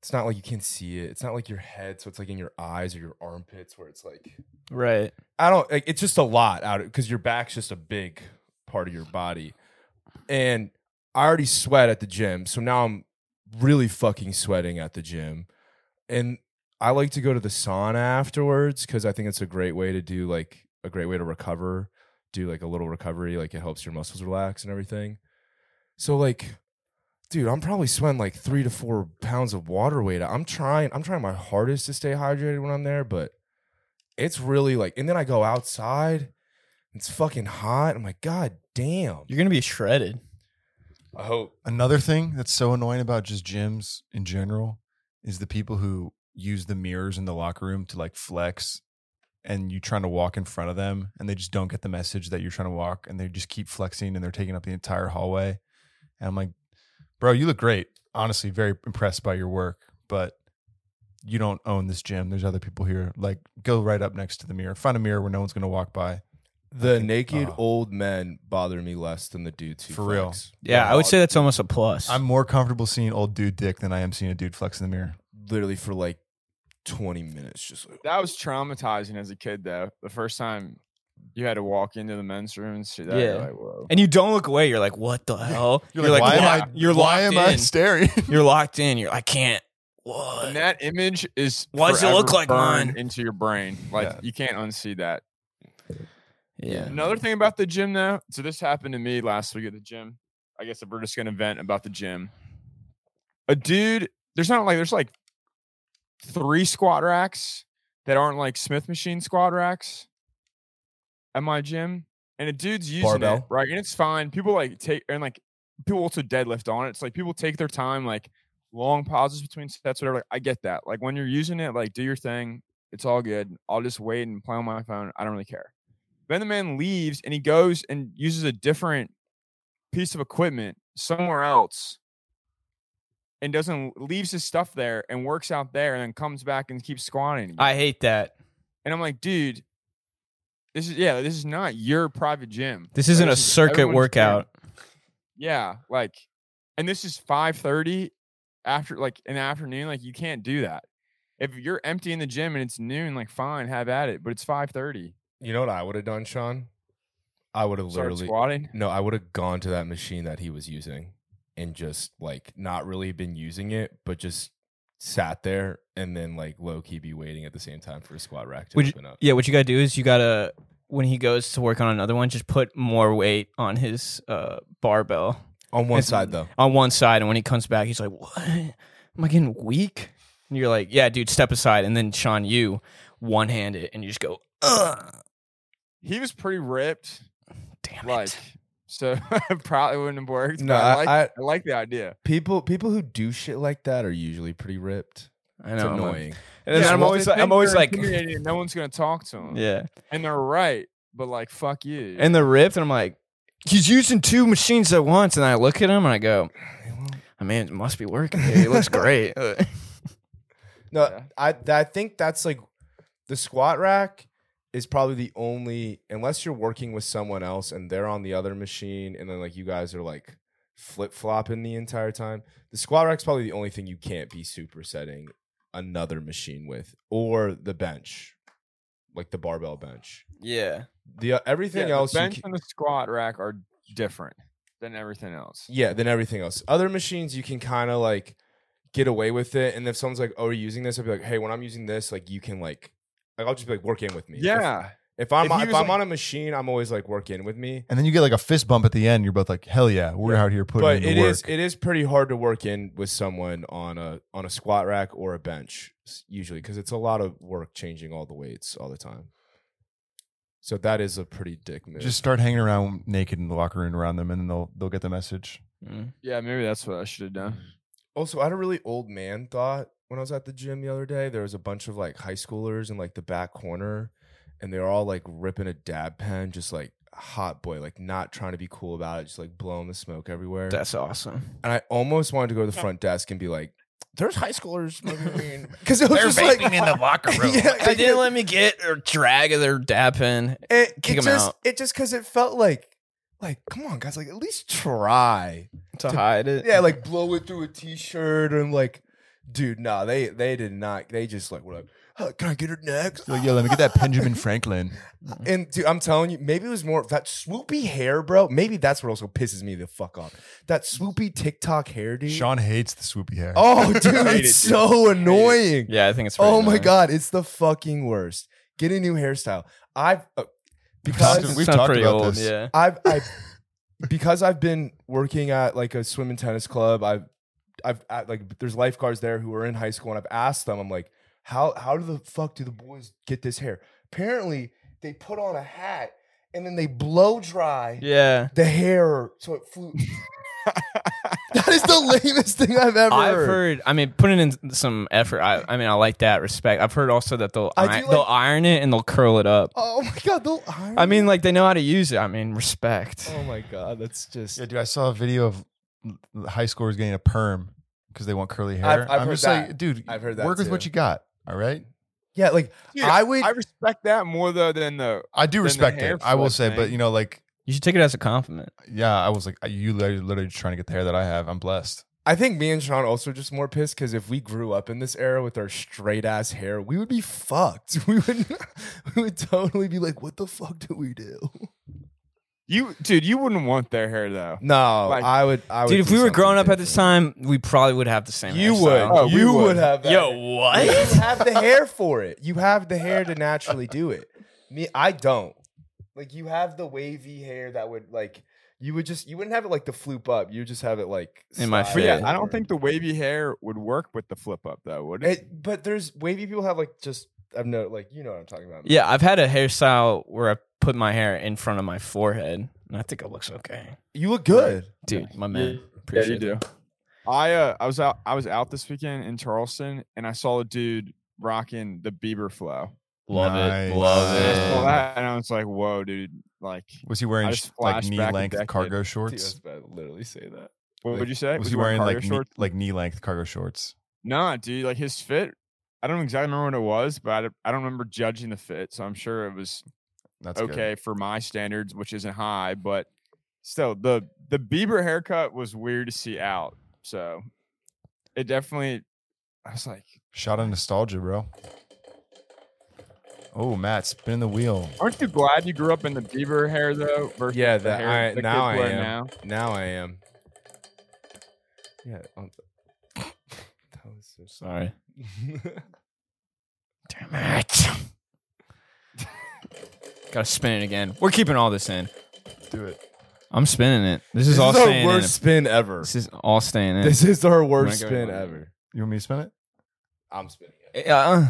Speaker 5: It's not like you can see it. It's not like your head, so it's like in your eyes or your armpits where it's like
Speaker 2: Right.
Speaker 5: I don't. Like, it's just a lot out because your back's just a big part of your body, and I already sweat at the gym, so now I'm really fucking sweating at the gym, and I like to go to the sauna afterwards because I think it's a great way to do like a great way to recover, do like a little recovery, like it helps your muscles relax and everything. So like. Dude, I'm probably sweating like three to four pounds of water weight. I'm trying, I'm trying my hardest to stay hydrated when I'm there, but it's really like and then i go outside it's fucking hot i'm like god damn
Speaker 2: You're gonna be shredded.
Speaker 5: i hope
Speaker 3: Another thing that's so annoying about just gyms in general is the people who use the mirrors in the locker room to like flex and you trying to walk in front of them and they just don't get the message that you're trying to walk and they just keep flexing and they're taking up the entire hallway. And I'm like, bro, you look great. Honestly, very impressed by your work, but you don't own this gym. There's other people here. Like, go right up next to the mirror. Find a mirror where no one's going to walk by.
Speaker 5: the
Speaker 3: think-
Speaker 5: naked
Speaker 3: oh.
Speaker 5: old men bother me less than the dudes who
Speaker 3: For real.
Speaker 5: flex.
Speaker 2: Yeah, I would say that's almost a plus.
Speaker 3: I'm more comfortable seeing old dude dick than I am seeing a dude flex in the mirror.
Speaker 5: literally for like 20 minutes just like,
Speaker 4: That was traumatizing as a kid, though. The first time you had to walk into the men's room and see that, you're
Speaker 2: Yeah.
Speaker 4: like, whoa.
Speaker 2: and you don't look away. You're like, what the hell?
Speaker 3: You're, like, why
Speaker 2: "Lock-
Speaker 3: am I?
Speaker 2: You're
Speaker 3: why
Speaker 2: locked
Speaker 3: am I
Speaker 2: in.
Speaker 3: staring?
Speaker 2: You're locked in. You're. I can't. What?
Speaker 4: And that image is
Speaker 2: Why does it look
Speaker 4: forever
Speaker 2: like
Speaker 4: burned
Speaker 2: mine?
Speaker 4: into your brain. Like
Speaker 3: Yeah.
Speaker 4: you can't unsee that.
Speaker 2: yeah.
Speaker 4: Another thing about the gym, though. So this happened to me last week at the gym. I guess if we're just gonna vent about the gym, a dude. There's not like there's like three squat racks that aren't like Smith machine squat racks at my gym, and a dude's using it
Speaker 5: Barbell?
Speaker 4: right, and it's fine. People like take and like people also deadlift on it. It's like people take their time, like long pauses between sets, whatever. Like I get that. Like when you're using it, like do your thing. It's all good. I'll just wait and play on my phone. I don't really care. Then the man leaves and he goes and uses a different piece of equipment somewhere else and doesn't leaves his stuff there and works out there and then comes back and keeps squatting.
Speaker 2: I hate that.
Speaker 4: and I'm like, dude, this is yeah, this is not your private gym.
Speaker 2: This isn't a
Speaker 4: this is
Speaker 2: circuit
Speaker 4: everyone's
Speaker 2: workout.
Speaker 4: Yeah, like, and this is 5:30 after like in the afternoon. Like, you can't do that. If you're empty in the gym and it's noon, like, fine, have at it. But it's 5:30.
Speaker 5: you know what i would have done sean i would have
Speaker 4: Start
Speaker 5: literally
Speaker 4: squatting.
Speaker 5: no i would have gone to that machine that he was using and just like not really been using it but just sat there and then like low-key be waiting at the same time for a squat rack to
Speaker 2: Would you-
Speaker 5: open up
Speaker 2: Yeah, what you gotta do is you gotta when he goes to work on another one, just put more weight on his uh, barbell
Speaker 5: on one
Speaker 2: It's-
Speaker 5: side though
Speaker 2: on one side, and when he comes back, he's like, "What? Am I getting weak?" And you're like, "Yeah, dude, step aside." And then Sean, you one hand it, and you just go, "Ugh,
Speaker 4: He was pretty ripped.
Speaker 2: Damn
Speaker 4: Like, so it probably wouldn't have worked.
Speaker 5: No,
Speaker 4: but I
Speaker 5: I-
Speaker 4: like,
Speaker 5: I-
Speaker 4: I like the idea.
Speaker 5: People people who do shit like that are usually pretty ripped.
Speaker 2: I know.
Speaker 5: It's
Speaker 2: I'm like-
Speaker 5: annoying.
Speaker 2: And then
Speaker 4: Yeah,
Speaker 2: I'm
Speaker 4: well,
Speaker 2: always
Speaker 4: they
Speaker 2: like, I'm
Speaker 4: think
Speaker 2: always
Speaker 4: they're
Speaker 2: like,
Speaker 4: intimidated and no one's gonna talk to them.
Speaker 2: yeah.
Speaker 4: and they're right, but like, fuck you.
Speaker 2: And they're ripped, and I'm like, he's using two machines at once, and I look at him and I go, I mean, it must be working. Here. It looks great.
Speaker 5: No,
Speaker 4: Yeah.
Speaker 5: I th- I think that's like the squat rack is probably the only unless you're working with someone else and they're on the other machine and then like you guys are like flip flopping the entire time. The squat rack's probably the only thing you can't be supersetting another machine with or the bench, like the barbell bench.
Speaker 2: yeah.
Speaker 5: The uh, everything
Speaker 4: Yeah,
Speaker 5: else,
Speaker 4: the
Speaker 5: you
Speaker 4: bench
Speaker 5: ca-
Speaker 4: and the squat rack are different than everything else.
Speaker 5: yeah, than everything else. Other machines you can kind of like get away with it, and if someone's like, "Oh, you're using this," I'd be like, "Hey, when I'm using this, like you can like." Like, I'll just be like, work in with me. If-
Speaker 4: Yeah,
Speaker 5: If I'm
Speaker 4: If
Speaker 5: on-
Speaker 4: he
Speaker 5: if,
Speaker 4: was
Speaker 5: I'm
Speaker 4: like-
Speaker 5: on a machine, I'm always like work in with me.
Speaker 3: And then you get like a fist bump at the end. You're both like, hell yeah, we're out here putting
Speaker 5: But
Speaker 3: in the
Speaker 5: it
Speaker 3: work.
Speaker 5: is it is pretty hard to work in with someone on a on a squat rack or a bench s- usually because it's a lot of work changing all the weights all the time. So that is a pretty dick move.
Speaker 3: Just start hanging around naked in the locker room around them, and then they'll they'll get the message.
Speaker 2: Mm.
Speaker 4: yeah. Maybe that's what I should have done.
Speaker 5: also, I had a really old man thought when I was at the gym the other day. There was a bunch of like high schoolers in like the back corner, and they were all like ripping a dab pen, just like hot boy, like not trying to be cool about it, just like blowing the smoke everywhere.
Speaker 2: That's awesome.
Speaker 5: and I almost wanted to go to the front desk and be like, "There's high schoolers because it was just like
Speaker 3: in the locker
Speaker 5: yeah,
Speaker 2: They
Speaker 5: like,
Speaker 2: didn't let me get or drag their dapping.
Speaker 5: it,
Speaker 2: kick
Speaker 5: it
Speaker 2: 'em
Speaker 5: just
Speaker 2: out.
Speaker 5: it just because it felt like like come on guys, like at least try,
Speaker 2: to hide it.
Speaker 5: yeah, like blow it through a t-shirt and like, dude, no, they they did not, they just like were like, "Huh, can I get it next?
Speaker 3: Like, yo, let me get that Benjamin Franklin.
Speaker 5: And dude, I'm telling you, maybe it was more that swoopy hair, bro. Maybe that's what also pisses me the fuck off. That swoopy TikTok hair, dude.
Speaker 3: Sean hates the swoopy hair.
Speaker 5: Oh, dude,
Speaker 4: Hate
Speaker 5: it's
Speaker 4: it, dude.
Speaker 5: so annoying.
Speaker 2: yeah. I think it's. pretty
Speaker 5: Oh my
Speaker 2: annoying.
Speaker 5: god, it's the fucking worst. Get a new hairstyle. I've uh,
Speaker 3: talked-
Speaker 5: because
Speaker 2: It's
Speaker 3: we've
Speaker 2: not
Speaker 3: talked
Speaker 2: pretty
Speaker 3: about
Speaker 2: old,
Speaker 3: this.
Speaker 2: Yeah.
Speaker 5: I've I because I've been working at like a swim and tennis club. I've I've I, like there's lifeguards there who are in high school, and I've asked them. I'm like, how how do the fuck do the boys get this hair? Apparently, they put on a hat and then they blow dry
Speaker 2: Yeah.
Speaker 5: the hair so it flew. that is the lamest thing I've ever
Speaker 2: I've
Speaker 5: heard.
Speaker 2: heard. I mean, putting in some effort. I, I mean, I like that respect. I've heard also that they'll
Speaker 5: I
Speaker 2: iron,
Speaker 5: do like-
Speaker 2: they'll iron it and they'll curl it up.
Speaker 5: Oh my god, the iron.
Speaker 2: I mean, like they know how to use it. I mean, respect.
Speaker 5: oh my god, that's just
Speaker 3: Yeah, dude, I saw a video of l- high schoolers getting a perm because they want curly hair.
Speaker 5: I've
Speaker 3: am
Speaker 5: heard
Speaker 3: just
Speaker 5: that.
Speaker 3: like, dude,
Speaker 5: I've heard that
Speaker 3: work with what
Speaker 5: too.
Speaker 3: you got. All right.
Speaker 5: yeah, like
Speaker 4: Dude,
Speaker 5: I would.
Speaker 4: I respect that more though than the.
Speaker 3: I do
Speaker 4: the
Speaker 3: respect
Speaker 4: hair
Speaker 3: it. I will
Speaker 4: flip
Speaker 3: say, but
Speaker 4: thing.
Speaker 3: you know, like,
Speaker 2: You should take it as a compliment.
Speaker 3: yeah, I was like, you literally, literally just trying to get the hair that I have. I'm blessed.
Speaker 5: I think me and Sean also just more pissed because if we grew up in this era with our straight ass hair, we would be fucked. We would we would totally be like, what the fuck do we do?
Speaker 4: You, dude, you wouldn't want their hair though.
Speaker 5: No,
Speaker 4: Like-
Speaker 5: I would. I would
Speaker 2: Dude, if
Speaker 5: do
Speaker 2: we were
Speaker 5: something
Speaker 2: growing up at this
Speaker 5: different.
Speaker 2: time, we probably would have the same.
Speaker 5: you would.
Speaker 2: hairstyle.
Speaker 4: Oh, we
Speaker 5: you would.
Speaker 4: would.
Speaker 5: have that.
Speaker 2: Yo,
Speaker 5: you
Speaker 2: what?
Speaker 5: have the hair for it. You have the hair to naturally do it. Me, I don't. Like you have the wavy hair that would like you would just you wouldn't have it like the floop up. You would just have it like
Speaker 2: In my
Speaker 5: slide
Speaker 4: But yeah, I
Speaker 5: over.
Speaker 4: don't think the wavy hair would work with the flip up though, would it?
Speaker 5: It, but there's wavy people have like just I've no like you know what I'm talking about.
Speaker 2: Yeah, I've had a hairstyle where I put my hair in front of my forehead, and I think it looks okay.
Speaker 5: you look good.
Speaker 2: Dude, my man, appreciate it.
Speaker 4: I uh, I was out I was out this weekend in Charleston and I saw a dude rocking the Bieber flow.
Speaker 2: Love
Speaker 3: Nice.
Speaker 2: it, love
Speaker 4: I saw
Speaker 2: it.
Speaker 4: that and I was like, whoa, dude, like
Speaker 3: Was he wearing
Speaker 4: I
Speaker 3: sh-
Speaker 4: just
Speaker 3: like
Speaker 4: flashed
Speaker 3: knee
Speaker 4: back a
Speaker 3: length
Speaker 4: decade.
Speaker 3: cargo
Speaker 5: Dude, I was
Speaker 3: shorts?
Speaker 5: about to literally say that.
Speaker 4: what
Speaker 3: Like,
Speaker 4: would you say?
Speaker 3: Was, he wearing,
Speaker 4: cargo
Speaker 3: like
Speaker 4: shorts?
Speaker 3: Knee, like knee length cargo shorts?
Speaker 4: Nah, dude, like his fit. I don't exactly remember what it was, but I don't, I don't remember judging the fit, so I'm sure it was
Speaker 3: That's good.
Speaker 4: okay for my standards, which isn't high, but still the the Bieber haircut was weird to see out. So it definitely I was like,
Speaker 3: Shot on nostalgia, bro. Oh, Matt, spinning the wheel.
Speaker 4: aren't you glad you grew up in the Bieber hair though? Versus
Speaker 5: Yeah,
Speaker 4: the
Speaker 5: that-
Speaker 4: hair
Speaker 5: I-
Speaker 4: the kids
Speaker 5: now I
Speaker 4: wear
Speaker 5: am.
Speaker 4: Now?
Speaker 5: Now I am. Yeah. um, that was so
Speaker 2: Sorry.
Speaker 5: sorry.
Speaker 2: Damn it. Gotta spin it again. We're keeping all this in.
Speaker 3: Do it.
Speaker 2: I'm spinning it. This is
Speaker 5: this
Speaker 2: all
Speaker 5: is our
Speaker 2: staying
Speaker 5: worst
Speaker 2: in.
Speaker 5: spin ever.
Speaker 2: This is all staying in.
Speaker 5: This is our worst
Speaker 2: go
Speaker 5: spin
Speaker 2: ahead.
Speaker 5: ever.
Speaker 3: You want me to spin it?
Speaker 5: I'm spinning it.
Speaker 2: Uh,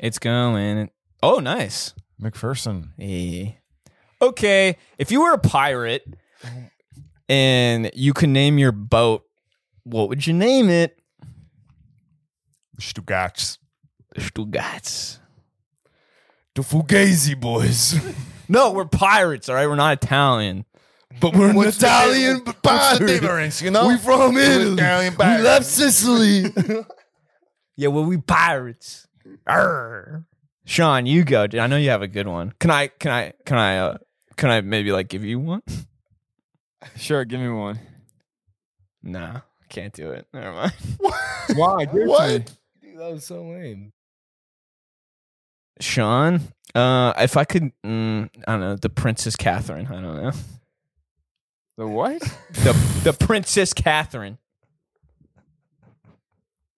Speaker 2: it's going. Oh, nice.
Speaker 3: McPherson.
Speaker 2: Hey. okay, if you were a pirate and you could name your boat, what would you name it?
Speaker 3: Stugats.
Speaker 2: Stugats.
Speaker 5: The Fugazi boys.
Speaker 2: No, we're pirates, all right? We're not Italian.
Speaker 5: But we're an
Speaker 3: What's the-
Speaker 5: Italian
Speaker 3: What's the
Speaker 5: pirate.
Speaker 3: difference, you know?
Speaker 5: We from
Speaker 3: We're
Speaker 5: Italy.
Speaker 3: Italian
Speaker 5: We
Speaker 3: pirate.
Speaker 5: left Sicily.
Speaker 2: Yeah, well, we pirates. Arr. Sean, you go. Dude. I know you have a good one. Can I? Can I? Can I? Uh, can I maybe like give you one?
Speaker 4: Sure, give me one.
Speaker 2: Nah, can't do it. Never mind.
Speaker 4: Why? Give it to
Speaker 3: What?
Speaker 4: me.
Speaker 5: Dude, that was so lame.
Speaker 2: Sean, uh, if I could, mm, I don't know, the Princess Catherine. I don't know.
Speaker 4: The what?
Speaker 2: The the Princess Catherine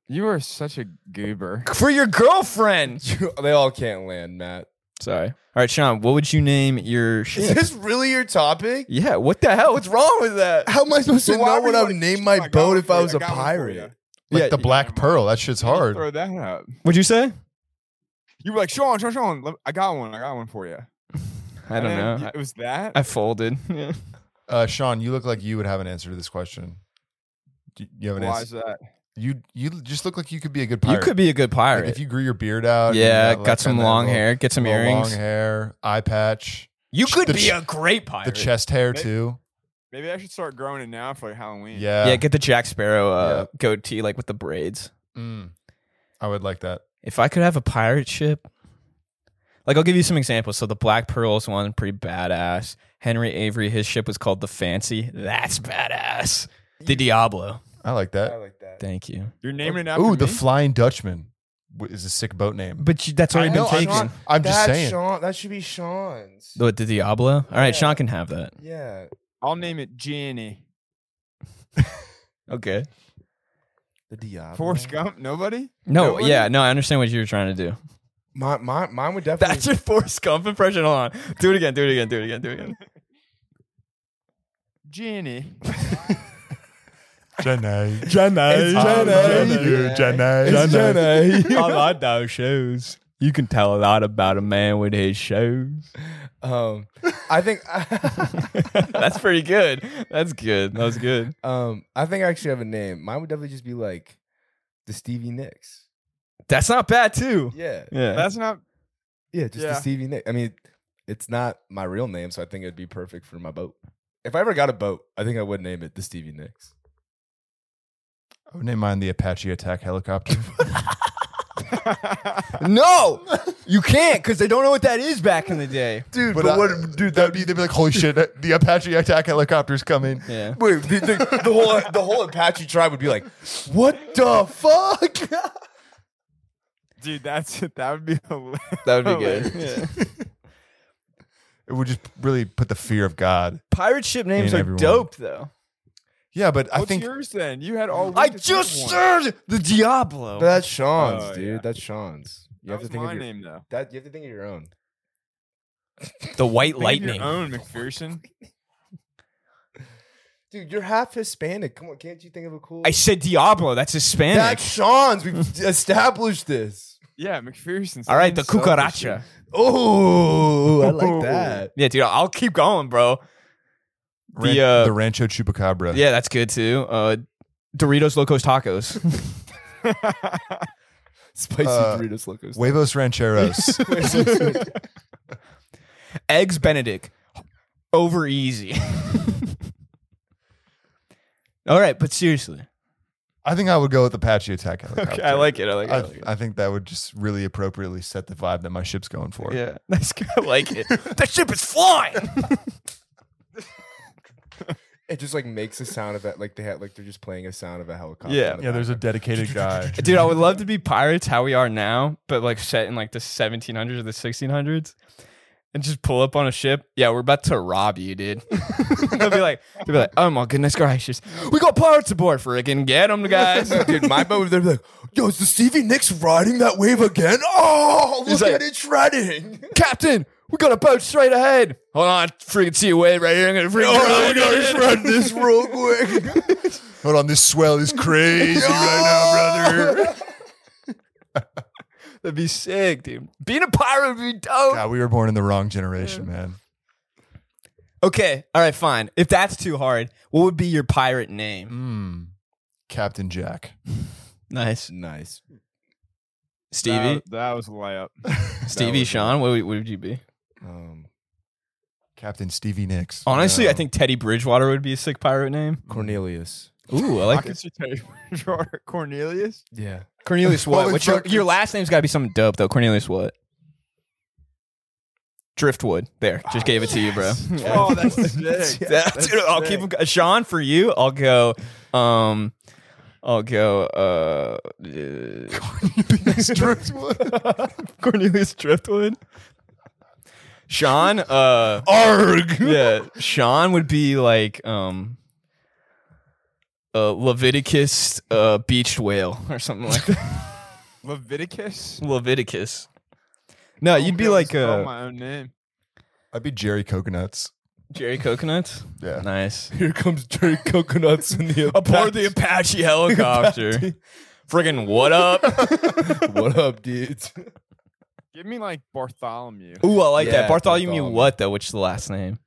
Speaker 4: You are such a goober.
Speaker 2: for your girlfriend.
Speaker 5: they all can't land, Matt.
Speaker 2: Sorry. All right, Sean, what would you name your
Speaker 5: Is
Speaker 2: shit?
Speaker 5: this really your topic?
Speaker 2: yeah. What the hell? What's wrong with that?
Speaker 5: How am I supposed
Speaker 4: So
Speaker 5: to
Speaker 4: why would
Speaker 5: know what
Speaker 4: you
Speaker 5: I would
Speaker 4: wanna-
Speaker 5: name my
Speaker 4: I got
Speaker 5: boat
Speaker 4: one
Speaker 5: if
Speaker 4: for
Speaker 5: I
Speaker 4: you.
Speaker 5: was
Speaker 4: I
Speaker 5: a
Speaker 4: got one for
Speaker 5: pirate?
Speaker 4: you.
Speaker 3: Like
Speaker 2: Yeah,
Speaker 3: the Black Pearl. That shit's hard.
Speaker 4: Throw that up.
Speaker 2: What'd you say?
Speaker 4: You were like, Sean, Sean, Sean. let- I got one. I got one for you.
Speaker 2: I don't know.
Speaker 4: It was that.
Speaker 2: I, I folded. Yeah.
Speaker 3: Uh, Sean, you look like you would have an answer to this question. Do you have an
Speaker 4: Why is
Speaker 3: answer?
Speaker 4: that?
Speaker 3: You you just look like you could be a good
Speaker 2: You
Speaker 3: pirate.
Speaker 2: could be a good
Speaker 3: Like,
Speaker 2: pirate.
Speaker 3: if you grew your beard out. and
Speaker 2: yeah,
Speaker 3: you
Speaker 2: got,
Speaker 3: like,
Speaker 2: some
Speaker 3: kinda
Speaker 2: long
Speaker 3: little-
Speaker 2: hair. Get some
Speaker 3: little
Speaker 2: earrings.
Speaker 3: long hair, eye patch,
Speaker 2: You could
Speaker 3: The
Speaker 2: be
Speaker 3: ch-
Speaker 2: a great pirate.
Speaker 3: the chest hair
Speaker 4: Maybe-
Speaker 3: too.
Speaker 4: Maybe I should start growing it now for like Halloween.
Speaker 3: Yeah,
Speaker 2: yeah, get the Jack Sparrow uh, goatee, like with the braids.
Speaker 3: Mm. I would like that.
Speaker 2: If I could have a pirate ship, like I'll give you some examples. So the Black Pearls one, pretty badass. Henry Avery, his ship was called the Fancy. That's badass. The Diablo.
Speaker 3: I like
Speaker 5: I
Speaker 3: that.
Speaker 5: like that.
Speaker 2: Thank you.
Speaker 4: You're naming it
Speaker 2: Oh,
Speaker 4: after
Speaker 3: Ooh, the
Speaker 4: me?
Speaker 3: Flying Dutchman w- is a sick boat name.
Speaker 2: But you, that's already
Speaker 3: I know,
Speaker 2: been
Speaker 3: I'm
Speaker 2: taken.
Speaker 3: not- I'm just
Speaker 5: That's
Speaker 3: saying.
Speaker 5: Sean, that should be Sean's.
Speaker 2: The, the Diablo. All right,
Speaker 5: Yeah.
Speaker 2: Sean can have that.
Speaker 5: yeah.
Speaker 4: I'll name it Jenny.
Speaker 2: Okay.
Speaker 5: The
Speaker 2: Oh,
Speaker 5: Diablo.
Speaker 4: Forrest Gump. Nobody.
Speaker 2: No,
Speaker 4: Nobody?
Speaker 2: yeah, no, I understand what you were trying to do.
Speaker 5: My, my, mine would definitely.
Speaker 2: That's your Forrest Gump impression. Hold on. Do it again. Do it again. Do it again. Do it again.
Speaker 4: Jenny.
Speaker 3: Jenny.
Speaker 2: Jenny.
Speaker 3: Jenny.
Speaker 2: I like those shoes. You can tell a lot about a man with his shoes.
Speaker 5: um, I think.
Speaker 2: That's pretty good. That's good. That was good.
Speaker 5: um, I think I actually have a name. Mine would definitely just be like the Stevie Nicks.
Speaker 2: That's not bad too.
Speaker 5: Yeah.
Speaker 2: Yeah.
Speaker 4: That's not.
Speaker 5: Yeah, just
Speaker 4: Yeah.
Speaker 5: the Stevie Nicks. I mean, it's not my real name, so I think it'd be perfect for my boat. If I ever got a boat, I think I would name it the Stevie Nicks.
Speaker 3: I would name mine the Apache attack helicopter.
Speaker 2: no, you can't because they don't know what that is back in the day.
Speaker 3: dude,
Speaker 5: but I-
Speaker 3: dude, that'd be they'd be like, holy shit, the Apache attack helicopter's coming.
Speaker 2: Yeah.
Speaker 5: Wait, the, the, the whole the whole Apache tribe would be like, "What the fuck?"
Speaker 4: Dude, that's that would be hilarious.
Speaker 2: That would be
Speaker 4: Hilarious.
Speaker 2: good. Yeah.
Speaker 3: It would just really put the fear of God.
Speaker 2: Pirate ship names
Speaker 3: And
Speaker 2: are
Speaker 3: everyone.
Speaker 2: dope though.
Speaker 3: Yeah, but I
Speaker 4: What's
Speaker 3: think
Speaker 4: yours then? You had all. week
Speaker 2: I
Speaker 4: to pick
Speaker 2: just
Speaker 4: one.
Speaker 2: said the
Speaker 5: But
Speaker 2: Diablo.
Speaker 5: that's Sean's,
Speaker 4: Oh,
Speaker 5: dude.
Speaker 4: yeah.
Speaker 5: That's Sean's. You
Speaker 4: That
Speaker 5: have to
Speaker 4: was
Speaker 5: think
Speaker 4: my
Speaker 5: of your
Speaker 4: name though.
Speaker 5: that. You have to think of your own.
Speaker 2: The White
Speaker 4: Think of Your own McPherson.
Speaker 5: Dude, you're half Hispanic. Come on, can't you think of a cool?
Speaker 2: I said Diablo. That's Hispanic.
Speaker 5: that's Sean's. We've established this.
Speaker 4: Yeah, McPherson.
Speaker 2: All right, the
Speaker 4: sounds selfish.
Speaker 2: cucaracha.
Speaker 5: Oh, I like that.
Speaker 2: Yeah, dude, I'll keep going, bro.
Speaker 3: Ran-
Speaker 2: the, uh,
Speaker 3: the Rancho Chupacabra.
Speaker 2: Yeah, that's good too. Uh, Doritos Locos Tacos.
Speaker 5: Spicy
Speaker 3: Uh,
Speaker 5: Doritos Locos.
Speaker 3: Huevos Rancheros.
Speaker 2: Eggs Benedict. Over easy. All right, but seriously.
Speaker 3: I think I would go with Apache attack helicopter.
Speaker 2: I like it. I like it. I,
Speaker 3: I,
Speaker 2: like it.
Speaker 3: I think that would just really appropriately set the vibe that my ship's going for.
Speaker 2: yeah, that's good. I like it. that ship is flying.
Speaker 5: It just like makes a sound of it, like they had, like they're just playing a sound of a helicopter.
Speaker 2: Yeah.
Speaker 5: in the
Speaker 3: Yeah, there's a
Speaker 5: background.
Speaker 3: dedicated guy.
Speaker 2: Dude, I would love to be pirates how we are now, but like set in like the 1700s or the 1600s and just pull up on a ship. Yeah, we're about to rob you, dude. they'll be like, they'll be like, oh my goodness gracious. We got pirates aboard, friggin' get them, guys.
Speaker 5: Dude, my boat would be like, yo, is the Stevie Nicks riding that wave again? Oh, look
Speaker 2: He's like-
Speaker 5: at it shredding.
Speaker 2: Captain, we got a boat straight ahead. Hold on, I freaking see a wave right here. I'm gonna freaking drown you.
Speaker 5: shred this real quick.
Speaker 3: Hold on, this swell is crazy right now, brother.
Speaker 2: That'd be sick, dude. Being a pirate would be dope.
Speaker 3: God, we were born in the wrong generation, man.
Speaker 2: Okay. All right. Fine. If that's too hard, what would be your pirate name?
Speaker 3: Mm. Captain Jack.
Speaker 2: Nice.
Speaker 5: Nice.
Speaker 2: Stevie.
Speaker 4: That, that was a layup.
Speaker 2: Stevie. Sean. What would, what would you be?
Speaker 5: Um,
Speaker 3: Captain Stevie Nicks.
Speaker 2: Honestly,
Speaker 5: No.
Speaker 2: I think Teddy Bridgewater would be a sick pirate
Speaker 3: Mm.
Speaker 2: name.
Speaker 5: Cornelius.
Speaker 2: Ooh, I
Speaker 4: I
Speaker 2: like
Speaker 4: could
Speaker 2: it.
Speaker 4: see Teddy Bridgewater. Cornelius.
Speaker 5: Yeah.
Speaker 2: Cornelius.
Speaker 3: What
Speaker 2: What?
Speaker 3: would
Speaker 2: What's your,
Speaker 3: fuck-
Speaker 2: your last name's got to be something dope though. Cornelius. What? Driftwood. There. Just gave it to you, bro.
Speaker 4: Oh, that's sick.
Speaker 2: That-
Speaker 4: That's
Speaker 2: dude, I'll keep him- Sean for you. I'll go. Um, I'll go. Uh, uh, Cornelius Driftwood. Sean. Uh,
Speaker 3: Arg.
Speaker 2: yeah, Sean would be like um, a Leviticus uh, beached whale or something like that.
Speaker 4: Leviticus.
Speaker 2: Leviticus. No,
Speaker 4: I won't
Speaker 2: you'd be
Speaker 4: able to
Speaker 2: like
Speaker 4: spell
Speaker 2: uh,
Speaker 4: my own name.
Speaker 3: I'd be Jerry Coconuts.
Speaker 2: Jerry Coconuts.
Speaker 3: Yeah.
Speaker 2: Nice.
Speaker 5: Here comes Jerry Coconuts in the
Speaker 2: Aboard the Apache helicopter. Friggin' what up?
Speaker 5: what up, dudes?
Speaker 4: Give me like Bartholomew.
Speaker 2: Ooh, I like
Speaker 5: Yeah,
Speaker 2: that. Bartholomew,
Speaker 5: Bartholomew.
Speaker 2: what though? Which is the last name?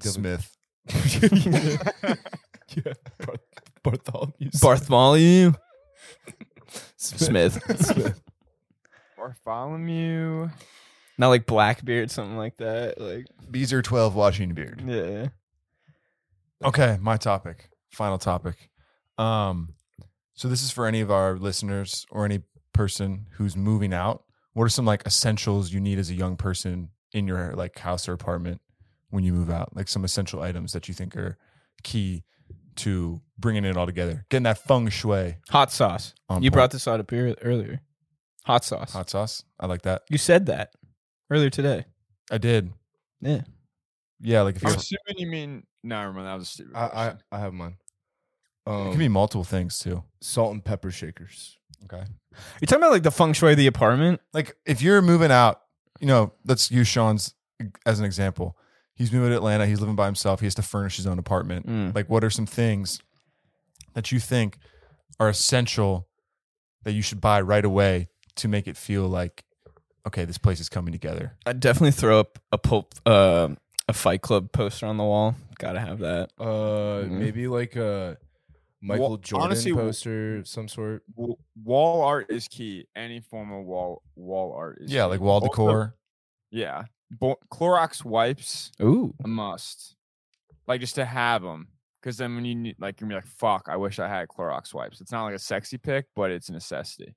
Speaker 3: Smith.
Speaker 5: yeah. Bar- Bartholomew.
Speaker 2: Bartholomew Smith.
Speaker 4: Bartholomew.
Speaker 2: Not like Blackbeard, something like that. Like
Speaker 3: Beezer 12 Washington Beard.
Speaker 2: yeah.
Speaker 3: Okay, my topic, final topic. Um, so this is for any of our listeners or any person who's moving out. What are some like essentials you need as a young person in your like house or apartment when you move out? Like some essential items that you think are key to bringing it all together, getting that feng shui.
Speaker 2: Hot sauce.
Speaker 3: On
Speaker 2: you
Speaker 3: point.
Speaker 2: brought this out up here earlier. Hot sauce.
Speaker 3: Hot sauce. I like that.
Speaker 2: You said that earlier today.
Speaker 3: I did.
Speaker 2: Yeah.
Speaker 3: Yeah, like if
Speaker 4: I'm
Speaker 3: you're,
Speaker 4: assuming you mean. No, remember that was a stupid.
Speaker 5: I, I,
Speaker 4: question.
Speaker 5: I have mine.
Speaker 3: it
Speaker 5: Um,
Speaker 3: can be multiple things too.
Speaker 5: salt and pepper shakers.
Speaker 3: Okay.
Speaker 2: You're talking about like the feng shui of the apartment?
Speaker 3: like if you're moving out, you know, let's use Sean's e, as an example. He's moving to Atlanta. He's living by himself. He has to furnish his own apartment.
Speaker 2: Mm.
Speaker 3: Like, what are some things that you think are essential that you should buy right away to make it feel like, okay, this place is coming together?
Speaker 2: I'd definitely throw up a pulp uh, a fight club poster on the wall. Gotta have that.
Speaker 5: Uh,
Speaker 2: Mhm.
Speaker 5: maybe like a Michael
Speaker 4: Well,
Speaker 5: Jordan
Speaker 4: honestly, w-
Speaker 5: poster of some sort.
Speaker 4: W- wall art is key. Any form of wall wall art is
Speaker 3: Yeah,
Speaker 4: key.
Speaker 3: like wall
Speaker 4: Also-
Speaker 3: decor.
Speaker 4: yeah, Bo- Clorox wipes
Speaker 2: Ooh.
Speaker 4: a must. Like just to have them, because then when you need, like you're gonna be like, "Fuck, I wish I had Clorox wipes." It's not like a sexy pick, but it's a necessity.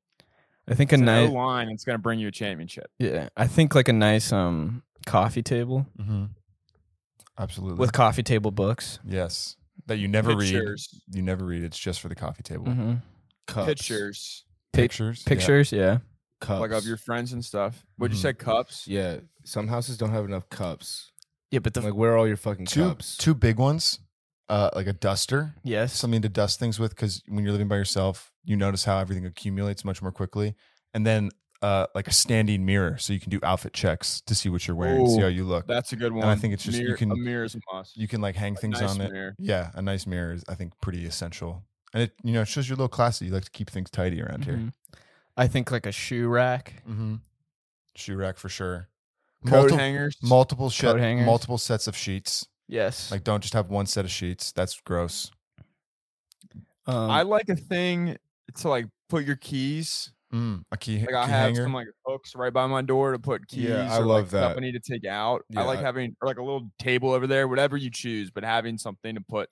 Speaker 2: I think a
Speaker 4: It's an
Speaker 2: nice
Speaker 4: line. It's gonna bring you a championship.
Speaker 2: yeah. I think like a nice um coffee table
Speaker 3: Mm-hmm. Absolutely.
Speaker 2: with coffee table books.
Speaker 3: yes. That you never
Speaker 4: Pictures,
Speaker 3: read. You never read. It's just for the coffee table.
Speaker 2: Mm-hmm.
Speaker 5: Cups.
Speaker 4: pictures,
Speaker 2: Pic-
Speaker 3: Pictures. yeah.
Speaker 2: Pictures, yeah.
Speaker 5: Cups.
Speaker 4: like of your friends and stuff. Would you
Speaker 3: Mhm.
Speaker 4: say cups?
Speaker 5: Yeah. Some houses don't have enough cups.
Speaker 2: Yeah, but the
Speaker 5: like, where are all your fucking
Speaker 3: Two
Speaker 5: cups?
Speaker 3: two big ones. Uh, like a duster.
Speaker 2: yes.
Speaker 3: something to dust things with because when you're living by yourself, you notice how everything accumulates much more quickly. And then uh, like a standing mirror, so you can do outfit checks to see what you're wearing, see
Speaker 4: Ooh,
Speaker 3: how you look.
Speaker 4: That's a good one.
Speaker 3: I think it's just- you
Speaker 4: Mirror- a
Speaker 3: can-
Speaker 4: mirror is a must.
Speaker 3: You can like hang
Speaker 4: A
Speaker 3: things
Speaker 4: nice
Speaker 3: on it.
Speaker 4: mirror.
Speaker 3: Yeah, a nice mirror is I think pretty essential, and it you know it shows you're a little classy. You like to keep things tidy around here.
Speaker 2: Mhm. I think like a shoe rack.
Speaker 3: Mm-hmm. Shoe rack for sure.
Speaker 4: Coat
Speaker 3: Multi-
Speaker 4: hangers.
Speaker 3: multiple she-
Speaker 2: Coat hangers.
Speaker 3: multiple sets of sheets.
Speaker 2: Yes.
Speaker 3: Like don't just have one set of sheets. That's gross.
Speaker 2: um,
Speaker 4: I like a thing to like put your keys.
Speaker 3: Mm, a key,
Speaker 4: Like I
Speaker 3: key
Speaker 4: have
Speaker 3: hanger.
Speaker 4: some like hooks right by my door to put keys.
Speaker 5: Yeah, I
Speaker 4: or,
Speaker 5: love
Speaker 4: like, Stuff
Speaker 5: that.
Speaker 4: I need to take out.
Speaker 5: Yeah,
Speaker 4: I like
Speaker 5: I-
Speaker 4: having or like a little table over there, whatever you choose, but having something to put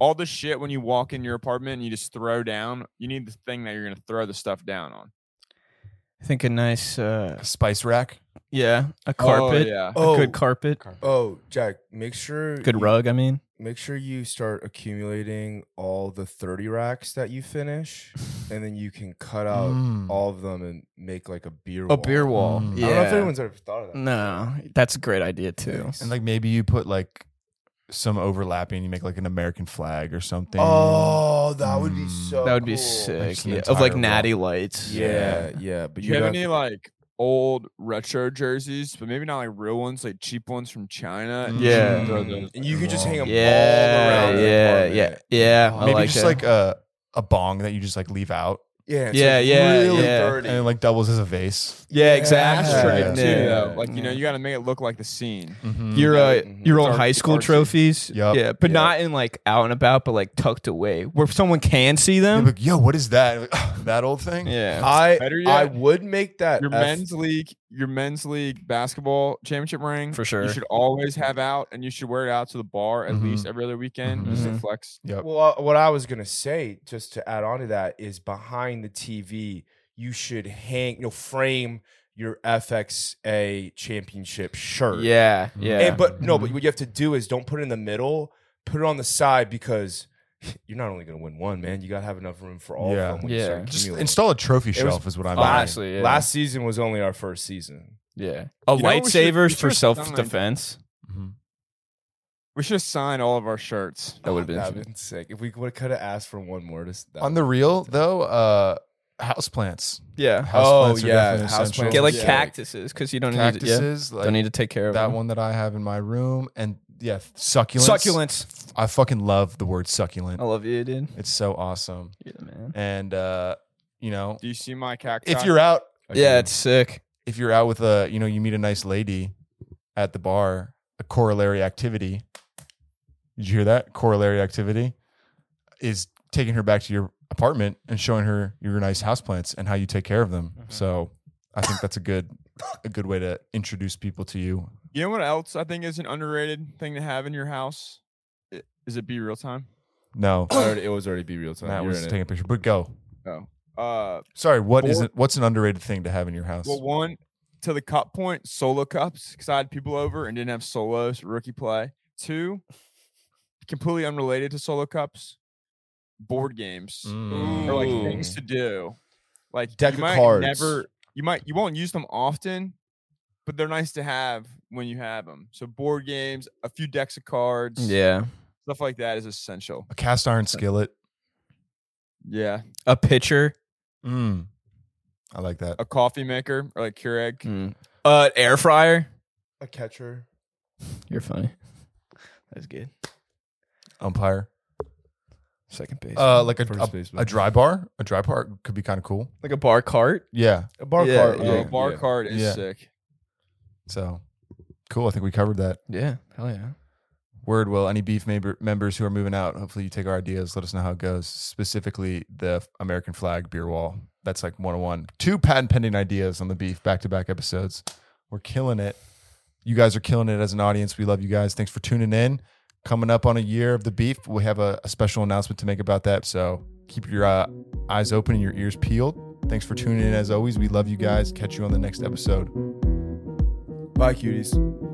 Speaker 4: all the shit when you walk in your apartment and you just throw down. You need the thing that you're gonna throw the stuff down on.
Speaker 2: I think a nice uh
Speaker 3: a spice rack.
Speaker 2: yeah, a
Speaker 4: Oh,
Speaker 2: carpet.
Speaker 4: yeah.
Speaker 2: A
Speaker 5: Oh.
Speaker 2: good carpet.
Speaker 5: Oh, Jack, make sure
Speaker 2: Good
Speaker 5: you-
Speaker 2: rug, I mean.
Speaker 5: Make sure you start accumulating all the 30 racks that you finish and then you can cut
Speaker 4: Oh,
Speaker 5: out
Speaker 3: Mm.
Speaker 5: all of them and make like a beer
Speaker 2: A beer wall.
Speaker 3: Mm. I don't
Speaker 5: I don't know if
Speaker 2: Yeah.
Speaker 5: anyone's ever thought of that.
Speaker 2: No, that's a great idea too.
Speaker 5: Thanks.
Speaker 3: And like maybe you put like some overlapping, you make like an American flag or something.
Speaker 5: Oh, that would be
Speaker 3: Mm.
Speaker 5: so
Speaker 2: that would be
Speaker 5: cool.
Speaker 2: sick.
Speaker 3: Just an
Speaker 2: yeah, Of like
Speaker 3: entire
Speaker 2: natty lights.
Speaker 5: Yeah, yeah.
Speaker 4: Do
Speaker 5: But you
Speaker 4: you have
Speaker 5: have
Speaker 4: any like old retro jerseys, but maybe not like real ones, like cheap ones from China? and you
Speaker 2: Yeah.
Speaker 4: throw
Speaker 3: Mm.
Speaker 4: those
Speaker 5: and you could just hang them all
Speaker 2: Yeah,
Speaker 5: around. the
Speaker 2: yeah, yeah,
Speaker 5: apartment.
Speaker 2: yeah. I
Speaker 3: Maybe
Speaker 2: like
Speaker 3: just
Speaker 2: it.
Speaker 3: like a a bong that you just like leave out
Speaker 5: Yeah, it's,
Speaker 2: Yeah,
Speaker 5: like,
Speaker 2: yeah,
Speaker 5: really
Speaker 2: yeah.
Speaker 5: dirty.
Speaker 3: and it like doubles as a vase.
Speaker 2: Yeah, exactly.
Speaker 4: ashtray
Speaker 3: Yeah.
Speaker 4: too.
Speaker 2: Yeah.
Speaker 4: Though. Like you know,
Speaker 2: Yeah.
Speaker 4: you got to make it look like the scene.
Speaker 2: your uh, your old
Speaker 4: Dark
Speaker 2: high school
Speaker 4: artsy.
Speaker 2: trophies.
Speaker 3: Mm-hmm. Yup.
Speaker 2: Yeah, but
Speaker 3: Yup.
Speaker 2: not in like out and about, but like tucked away where someone can see
Speaker 3: They're
Speaker 2: them.
Speaker 3: like, yo, what is that? Like, "Ugh, that old thing?
Speaker 2: Yeah.
Speaker 5: I
Speaker 4: Better
Speaker 5: I
Speaker 4: yet,
Speaker 5: would make that
Speaker 4: Your
Speaker 5: F-
Speaker 4: men's league, your men's league basketball championship ring,
Speaker 2: For sure. Mm-hmm.
Speaker 4: You should always have out, and you should wear it out to the bar at
Speaker 3: Mhm.
Speaker 4: least every other weekend, just to
Speaker 2: Mhm.
Speaker 4: flex.
Speaker 3: Yep.
Speaker 5: Well, uh, what I was gonna say, just to add on to that, is behind the TV, you should hang, you know, frame your FXA championship shirt.
Speaker 2: Yeah, yeah.
Speaker 5: And, but no, but what you have to do is don't put it in the middle, put it on the side because you're not only gonna win one, man. You gotta have enough room for all
Speaker 3: Yeah.
Speaker 5: of them. when you
Speaker 2: Yeah.
Speaker 5: start
Speaker 3: Just
Speaker 5: accumulating.
Speaker 3: install a trophy
Speaker 5: was
Speaker 3: shelf is what I'm.
Speaker 5: fine.
Speaker 3: saying.
Speaker 2: Honestly, yeah.
Speaker 5: Last season was only our first season.
Speaker 2: yeah. A
Speaker 4: You know what we should- we
Speaker 2: lightsabers
Speaker 4: should
Speaker 2: for
Speaker 4: have done
Speaker 2: self
Speaker 4: like-
Speaker 2: defense.
Speaker 3: Mhm.
Speaker 4: We should sign all of our shirts.
Speaker 2: That would have
Speaker 5: That'd
Speaker 2: been.
Speaker 5: been sick. If we would could have asked for one more to s- that
Speaker 3: On the real though, uh, houseplants.
Speaker 2: Yeah.
Speaker 5: Oh,
Speaker 3: Houseplants are
Speaker 5: yeah,
Speaker 3: definitely
Speaker 5: houseplants.
Speaker 3: essential.
Speaker 2: Get like
Speaker 4: Yeah.
Speaker 2: cactuses because you don't need. To, yeah.
Speaker 3: cactuses. like
Speaker 2: don't need to take care of
Speaker 3: that
Speaker 2: them.
Speaker 3: one that I have in my room, and yeah, succulents.
Speaker 2: Succulents.
Speaker 3: I fucking love the word succulent.
Speaker 2: I love you, dude.
Speaker 3: It's so awesome.
Speaker 2: You're the man.
Speaker 3: And uh, you know,
Speaker 4: Do you see my cacti?
Speaker 3: if you're out,
Speaker 5: again.
Speaker 2: Yeah, it's sick.
Speaker 3: if you're out with a, you know, you meet a nice lady at the bar. A corollary activity. Did you hear that? Corollary activity is taking her back to your apartment and showing her your nice houseplants and how you take care of them. So I think that's a good a good way to introduce people to you.
Speaker 4: you know what else I think is an underrated thing to have in your house, I- is it be real time.
Speaker 3: No,
Speaker 5: I already- it was already be real time.
Speaker 3: Matt
Speaker 5: You're
Speaker 3: was
Speaker 5: in it.
Speaker 3: taking a picture, but go.
Speaker 4: Uh,
Speaker 3: Sorry, what is
Speaker 4: Four-
Speaker 3: it? What's an underrated thing to have in your house?
Speaker 4: well, one to the cup point, solo cups, because I had people over and didn't have solos, rookie play. Two, completely unrelated to solo cups, board games.
Speaker 3: Mm.
Speaker 4: or like
Speaker 5: Ooh.
Speaker 4: things to do. Like
Speaker 5: Deck
Speaker 4: you
Speaker 5: of
Speaker 4: might
Speaker 5: cards.
Speaker 4: never you might you won't use them often, but they're nice to have when you have them. So board games, a few decks of cards,
Speaker 2: Yeah.
Speaker 4: stuff like that is essential.
Speaker 3: a cast iron skillet.
Speaker 4: Yeah,
Speaker 2: A pitcher.
Speaker 3: Mm. I like that.
Speaker 4: a coffee maker or like Keurig.
Speaker 2: Mm. Uh, air fryer.
Speaker 5: a catcher.
Speaker 2: You're funny. That's good.
Speaker 3: Umpire.
Speaker 2: Second base.
Speaker 3: Uh, like a,
Speaker 5: First
Speaker 3: a,
Speaker 5: baseman.
Speaker 3: a dry bar. A dry bar could be kind of cool.
Speaker 2: like a bar cart.
Speaker 3: Yeah.
Speaker 5: A bar
Speaker 2: Yeah,
Speaker 5: cart.
Speaker 4: Oh,
Speaker 2: yeah,
Speaker 4: a bar card is
Speaker 3: Yeah.
Speaker 4: sick.
Speaker 3: So cool. I think we covered that.
Speaker 2: Yeah. Hell yeah.
Speaker 3: Word will any beef member, members who are moving out. Hopefully you take our ideas. Let us know how it goes. Specifically the American flag beer wall. That's like 101. Two patent pending ideas on the beef back to back episodes. We're killing it. You guys are killing it as an audience. We love you guys. Thanks for tuning in. Coming up on a year of the beef, we have a, a special announcement to make about that. So keep your uh, eyes open and your ears peeled. Thanks for tuning in as always. We love you guys. Catch you on the next episode.
Speaker 5: Bye, cuties.